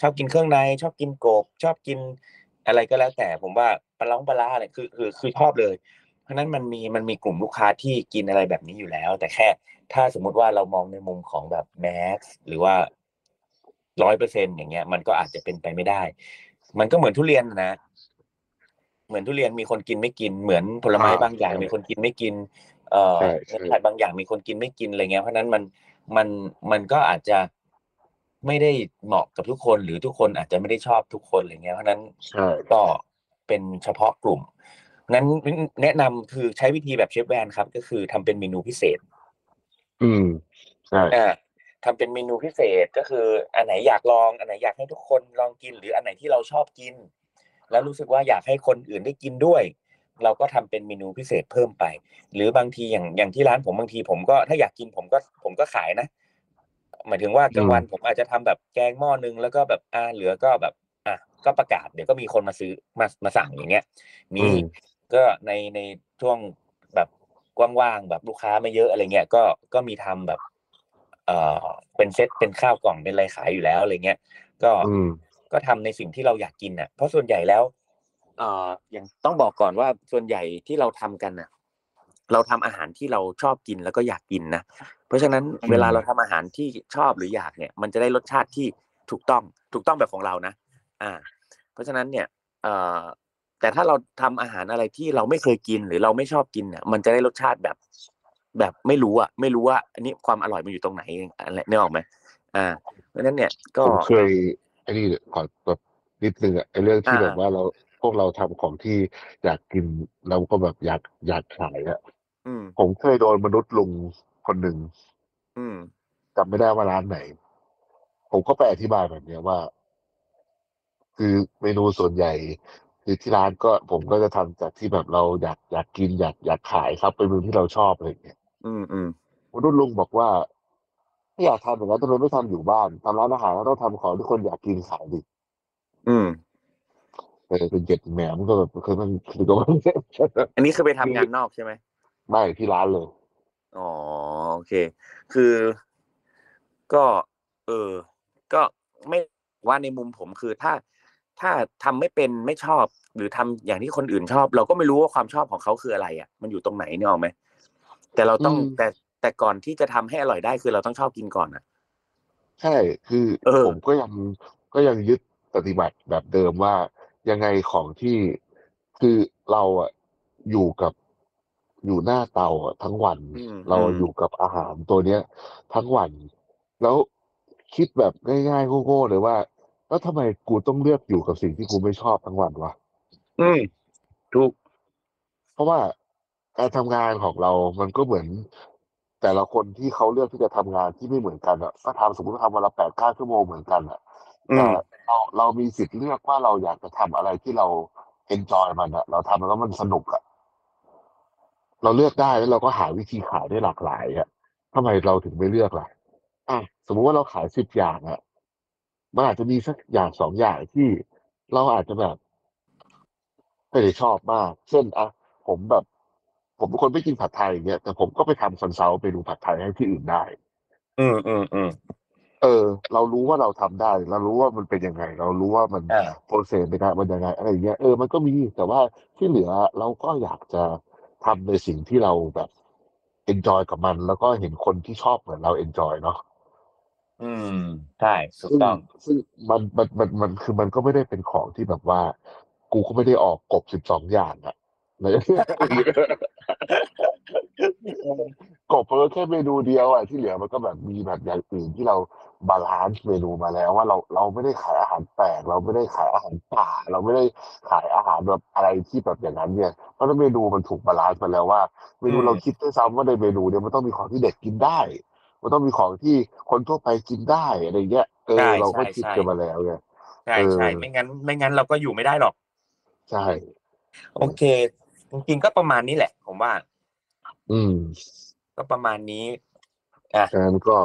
ชอบกินเครื่องใน ชอบกินโกบ ชอบกินอะไรก็แล้ว แต่ผมว่าปลาล้องปลาล่าเนี่ยคือคือคือชอบเลย เพราะฉะนั้นมันมีมันมีกลุ่มลูกค้าที่กินอะไรแบบนี้อยู่แล้ว แต่แค่ ถ้าสมมุติว่าเรามองในมุมของแบบแม็กซ์หรือว่าร้อยเปอร์เซ็นอย่างเงี้ย มันก็อาจจะเป็นไปไม่ได้ มันก็เหมือนทุเรียนนะ เหมือนทุเรียนมีคนกินไม่กิน เหมือนผลไม้บางอย่างมีคนกินไม่กิน เอ่อ ใช่ใช่ ผัดบางอย่างมีคนกินไม่กินอะไรเงี้ยเพราะฉะนั้นมันมันมันก็อาจจะไม่ได้เหมาะกับทุกคน หรือทุกคนอาจจะไม่ได้ชอบทุกคนอะไรเงี้ยเพราะฉะนั้น ใช่ ก็เป็นเฉพาะกลุ่มนั้นแนะนำคือใช้วิธีแบบเชฟแวนครับ ก็คือทำเป็นเมนูพิเศษ อืมใช่ อ่าทำเป็นเมนูพิเศษก็คือ อันไหนอยากลองอันไหนอยากให้ทุกคนลองกิน หรืออันไหนที่เราชอบกิน แล้วรู้สึกว่าอยากให้คนอื่นได้กินด้วย เราก็ทำเป็นเมนูพิเศษเพิ่มไป หรือบางทีอย่างอย่างที่ร้านผมบางทีผมก็ถ้าอยากกินผมก็ผมก็ขายนะหมายถึงว่ากลางวันผมอาจจะทำแบบแกงหม้อนึงแล้วก็แบบอ่าเหลือก็แบบอ่ะก็ประกาศเดี๋ยวก็มีคนมาซื้อมามาสั่งอย่างเงี้ยมี อืม ก็ในในช่วงแบบว่างๆแบบลูกค้าไม่เยอะอะไรเงี้ยก็ก็มีทำแบบ เอ่อเป็นเซตเป็นข้าวกล่องเป็นอะไรขายอยู่แล้วอะไรเงี้ยก็ อืม ก็ทำในสิ่งที่เราอยากกินน่ะ เพราะส่วนใหญ่แล้วเอ่ออย่างต้องบอกก่อนว่าส่วนใหญ่ที่เราทำกันน่ะ เราทำอาหารที่เราชอบกินแล้วก็อยากกินนะเพราะฉะนั้น อืม เวลาเราทำอาหารที่ชอบหรืออยากเนี่ย มันจะได้รสชาติที่ถูกต้องถูกต้องแบบของเรานะอ่า เพราะฉะนั้นเนี่ยเอ่อ แต่ถ้าเราทำอาหารอะไรที่เราไม่เคยกินหรือเราไม่ชอบกินเนี่ยมันจะได้รสชาติแบบ แบบไม่รู้อ่ะไม่รู้ว่า อันนี้ความอร่อยมันอยู่ตรงไหนอะไรนึกออกไหมอ่า เพราะฉะนั้นเนี่ยก็ ผมเคยไอ้นี่เดี๋ยวขอแบบนิดนึงอะไอ้เรื่องที่ อ่า แบบว่าเราพวกเราทำของที่อยากกินแล้วก็แบบอยากอยากขายอะ อืม ผมเคยโดนมนุษย์ลุงคนหนึ่ง อืม จำไม่ได้ว่าร้านไหน ผมก็ไปอธิบายแบบเนี้ยว่า คือเมนูส่วนใหญ่ คือที่ร้านก็ผมก็จะทำจากที่แบบเราอยากอยากกินอยากอยากขายครับเป็นเมนูที่เราชอบอะไรอย่างเงี้ย อืมอืม มนุษย์ลุงบอกว่าไม่อยากทำแบบนั้นทำไมไม่ทำอยู่บ้านทำร้านอาหารแล้วต้องทำของที่คนอยากกินขายดิ อืม เออเป็นเจ็ดแหมมันก็แบบ คือมัน คือก็ อันนี้คือไปทำงานนอกใช่ไหม ไม่ที่ร้านเลย อ๋อโอเค คือ ก็เออ ก็ไม่ว่าในมุมผมคือถ้าถ้าทำไม่เป็นไม่ชอบ หรือทำอย่างที่คนอื่นชอบ เราก็ไม่รู้ว่าความชอบของเขาคืออะไรอ่ะ มันอยู่ตรงไหนเนี่ยหรอกไหมแต่เราต้อง อืม แต่แต่ก่อนที่จะทำให้อร่อยได้คือเราต้องชอบกินก่อนอ่ะ ใช่คือ เออ ผมก็ยังก็ยังยึดปฏิบัติแบบเดิมว่ายังไงของที่คือเราอะอยู่กับอยู่หน้าเตาอะทั้งวัน อืม เรา ม อยู่กับอาหารตัวเนี้ย ทั้งวัน แล้วคิดแบบง่ายๆโง่ๆเลยว่า แล้วทำไมกูต้องเลือกอยู่กับสิ่งที่กูไม่ชอบทั้งวันวะ อืมถูก เพราะว่าการทำงานของเรา มันก็เหมือน แต่ละคนที่เขาเลือกที่จะทำงานที่ไม่เหมือนกันอ่ะ ก็ทำสมมติว่าทำวันละแปดเก้าชั่วโมงเหมือนกันอ่ะ อื แต่ ม เราเรามีสิทธิ์เลือกว่าเราอยากจะทำอะไรที่เราเอนจอยมันอ่ะ เราทำแล้วมันสนุกอ่ะ เราเลือกได้แล้วเราก็หาวิธีขายได้หลากหลายอ่ะทำไมเราถึงไม่เลือกล่ะอ่ะสมมุติว่าเราขายสิบอย่างอ่ะมันอาจจะมีสักอย่างสองอย่างที่เราอาจจะแบบไม่ได้ชอบมาก เช่นอ่ะผมแบบ ผมเป็นคนไม่กินผัดไทยอย่างเงี้ยแต่ผมก็ไปทำคอนซัลท์เมนูผัดไทยให้ที่อื่นได้ อืมอืมอืม เออ เรารู้ว่าเราทำได้ เรารู้ว่ามันเป็นยังไง เรารู้ว่ามัน อ่า โปรเซสในการมันยังไงอะไรอย่างเงี้ยเออมันก็มีแต่ว่าที่เหลือเราก็อยากจะทำในสิ่งที่เราแบบเอนจอยกับมัน แล้วก็เห็นคนที่ชอบเหมือนเราเอนจอยเนาะ อืมใช่ถูก ซึ่ง ต้อง ซึ่งมันมันมันมันคือมันก็ไม่ได้เป็นของที่แบบว่า กูก็ไม่ได้ออกกบสิบสองอย่างอะ กบมันก็แค่เมนูเดียวอ่ะที่เหลือมันก็แบบมีแบบอย่างอื่นที่เราบาลานซ์เมนูมาแล้วว่าเราเราไม่ได้ขายอาหารแปลกเราไม่ได้ขายอาหารป่า เราไม่ได้ขายอาหารแบบอะไรที่แบบอย่างนั้นเนี่ยเพราะว่าเมนูมันถูกบาลานซ์มาแล้วว่าเมนู อืม เราคิดด้วยซ้ำว่าในเมนูเนี่ยมันต้องมีของที่เด็กกินได้ มันต้องมีของที่คนทั่วไปกินได้อะไรเงี้ยเออเราก็คิดกันมาแล้วไง ใช่ เออ ใช่ไม่งั้น ไม่งั้นเราก็อยู่ไม่ได้หรอก ใช่ โอเค จริงๆก็ประมาณนี้แหละ ผมว่า อืม ก็ประมาณนี้ อ่ะ งั้นก็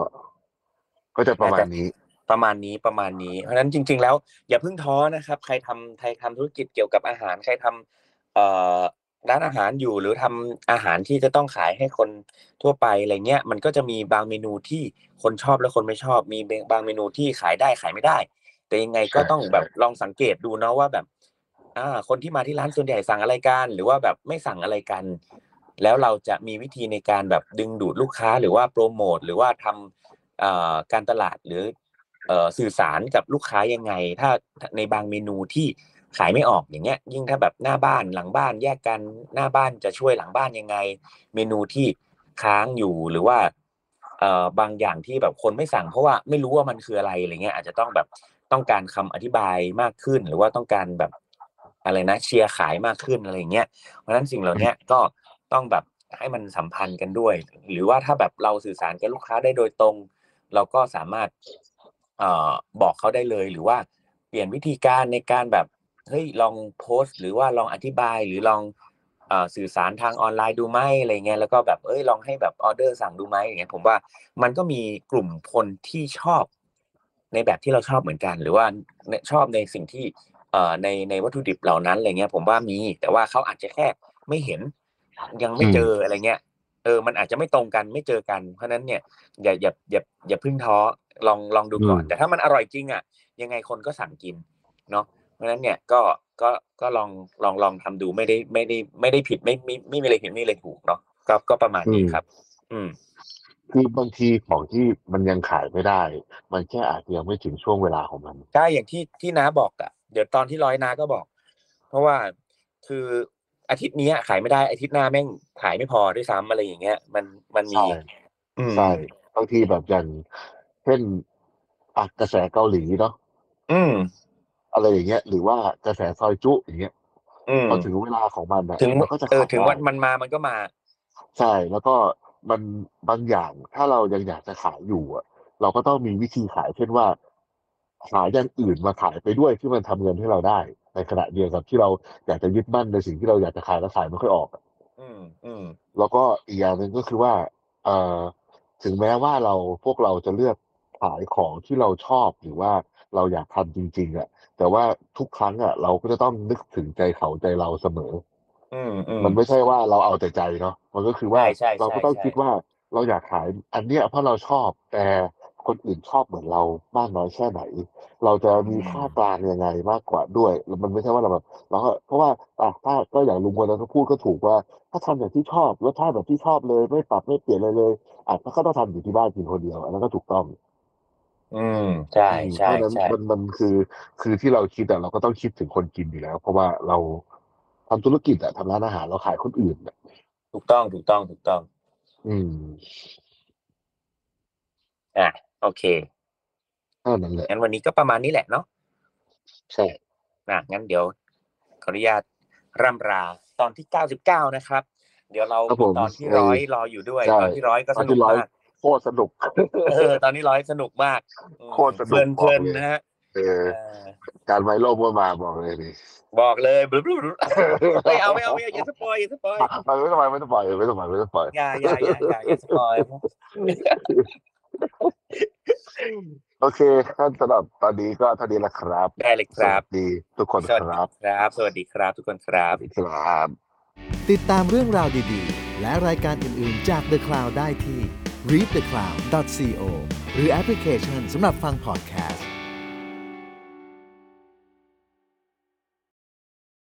ก็จะประมาณนี้ ประมาณนี้ประมาณนี้ เพราะฉะนั้นจริง ๆ แล้ว อย่าเพิ่งท้อนะครับ ใครทำใครทำธุรกิจเกี่ยวกับอาหาร ใครทำเอ่อร้านอาหารอยู่หรือทำอาหารที่จะต้องขายให้คนทั่วไปอะไรเงี้ยมันก็จะมีบางเมนูที่คนชอบและคนไม่ชอบ มีบางเมนูที่ขายได้ขายไม่ได้ แต่ยังไงก็ ใช่ ต้องแบบลองสังเกตดูเนาะว่าแบบ อ่า คนที่มาที่ร้านส่วนใหญ่สั่งอะไรกัน หรือว่าแบบไม่สั่งอะไรกัน แล้วเราจะมีวิธีในการแบบดึงดูดลูกค้าหรือว่าโปรโมทหรือว่าทำ เอ่อการตลาดหรือเอ่อสื่อสารกับลูกค้ายังไง ถ้าในบางเมนูที่ขายไม่ออกอย่างเงี้ย ยิ่งถ้าแบบหน้าบ้านหลังบ้านแยกกันหน้าบ้านจะช่วยหลังบ้านยังไง เมนูที่ค้างอยู่หรือว่าเอ่อบางอย่างที่แบบคนไม่สั่ง เพราะว่าไม่รู้ว่ามันคืออะไรอะไรเงี้ยอาจจะต้องแบบต้องการคำอธิบายมากขึ้น หรือว่าต้องการแบบอะไรนะเชียร์ขายมากขึ้นอะไรเงี้ย เพราะฉะนั้นสิ่งเหล่าเนี้ยก็ต้องแบบให้มันสัมพันธ์กันด้วย หรือว่าถ้าแบบเราสื่อสารกับลูกค้าได้โดยตรง เราก็สามารถเอ่อบอกเขาได้เลยหรือว่าเปลี่ยนวิธีการในการแบบเฮ้ยลองโพสต์ หรือว่าลองอธิบายหรือลองเอ่อสื่อสารทางออนไลน์ดูไหมอะไรเงี้ยแล้วก็แบบเอ้ยลองให้แบบออเดอร์สั่งดูไหมอย่างเงี้ยผมว่ามันก็มีกลุ่มคนที่ชอบ ในแบบที่เราชอบเหมือนกัน หรือว่าในชอบในสิ่งที่ เอ่อในในวัตถุดิบเหล่านั้นอะไรเงี้ยผมว่ามี แต่ว่าเขาอาจจะแค่ไม่เห็น ยังไม่ อืม เจออะไรเงี้ยเออ มันอาจจะไม่ตรงกันไม่เจอกันเพราะฉะนั้นเนี่ยอย่าอย่าอย่าอย่าเพึ่งท้อลองลองดูก่อน แต่ถ้ามันอร่อยจริงอ่ะ ยังไงคนก็สั่งกินเนาะเพราะฉะนั้นเนี่ยก็ก็ก็ลองลองลองทำดูไม่ได้ไม่ได้ไม่ได้ผิดไม่ไม่ไม่มีอะไรผิดไม่มีอะไรถูกเนาะก็ก็ประมาณนี้ครับ อืม คือบางทีของที่มันยังขายไม่ได้ มันแค่อาจจะยังไม่ถึงช่วงเวลาของมัน ใช่อย่างที่ที่น้าบอกอะเดี๋ยวตอนที่ร้อยน้าก็บอก เพราะว่าคืออาทิตย์เนี้ยขายไม่ได้อาทิตย์หน้าแม่งขายไม่พอด้วยซ้ำอะไรอย่างเงี้ย มันมันมี ใช่ อืม ใช่บางทีแบบอย่างเช่นอ่ะกระแสเกาหลีเนาะ อืม อะไรอย่างเงี้ย หรือว่ากระแสซอยจุอย่างเงี้ย อืม พอถึงเวลาของมันอะ ถึง มันก็จะ เออ ขาย ถึงวัน ได้ มันมามันก็มา ใช่แล้วก็มันบางอย่างถ้าเรายังอยากจะขายอยู่อะเราก็ต้องมีวิธีขายเช่นว่าขายอย่างอื่นมาขายไปด้วยที่มันทำเงินให้เราได้ ในขณะเดียวกับที่เราอยากจะยึดมั่นในสิ่งที่เราอยากจะขายแล้วขายไม่ค่อยออก อืม อืม แล้วก็อีกอย่างหนึ่งก็คือว่าเอ่อถึงแม้ว่าเราพวกเราจะเลือกขายของที่เราชอบหรือว่าเราอยากทำจริง ๆอะ่ะ แต่ว่าทุกครั้งอะ่ะ เราก็จะต้องนึกถึงใจเขาใจเราเสมอ อืมอืม มันไม่ใช่ว่าเราเอาแต่ใจเนาะมันก็คือว่า ใช่ใช่ เราก็ต้อง ใช่ คิดว่าเราอยากขายอันเนี้ยเพราะเราชอบแต่ คนอื่นชอบเหมือนเรามากน้อยแค่ไหน เราจะมีค่ากลางยังไงมากกว่าด้วยแล้วมันไม่ใช่ว่าเราแบบเราก็เพราะว่าอ่ะถ้าก็อย่างลุงคนนั้นเขาพูดก็ถูกว่า ถ้าทำอย่างที่ชอบแล้วถ้าแบบที่ชอบเลยไม่ปรับไม่เปลี่ยนอะไรเลยอาจจะก็ต้องทำอยู่ที่บ้านเพียงคนเดียวอันนั้นก็ถูกต้อง อืมใช่ใช่ เพราะฉะนั้น ใช่ มันมันคือคือที่เราคิดแต่เราก็ต้องคิดถึงคนกินอยู่แล้ว เพราะว่าเราทำธุรกิจอะทำร้านอาหารเราขายคนอื่นอะ ถูกต้องถูกต้องถูกต้อง อืม โอเค เท่านั้นแหละ งั้นวันนี้ก็ประมาณนี้แหละเนาะ ใช่ นะงั้นเดี๋ยวขออนุญาตร่ำลาตอนที่เก้าสิบเก้านะครับ เดี๋ยวเรามีตอนที่ร้อยรออยู่ด้วย ตอนที่ร้อยก็ ต ส อน นุก ที่ร้อย มาก โคตรสนุก เออตอนนี้ร้อยสนุกมาก โคตรสนุก เพลิน บ เพ อก ลิ เลย นนะฮะ เออ เออ การไว้ร่มก็มาบอกเลยนี่ บอกเลยบลุ๊บบลุ๊บบลุ๊บไม่เอาไม่เอาไม่เอาอย่าสปอยอย่าสปอย ไปไม่ต้องไปไม่ต้องปล่อยไม่ต้องปล่อยไม่ต้องปล่อย อย่าอย่าอย่าอย่าอย่าส ปอย โอเคท่านสำหรับตอนนี้ก็เท่านี้ละครับ ได้เลยครับ สวัสดีทุกคน สวัส ค ดี รับ ครับ สวัสดีครับทุกคนครับ ครับ ติดตามเรื่องราวดีๆ และรายการอื่นๆจาก The Cloud ได้ที่ readthecloud.co หรือแอปพลิเคชันสำหรับฟัง podcast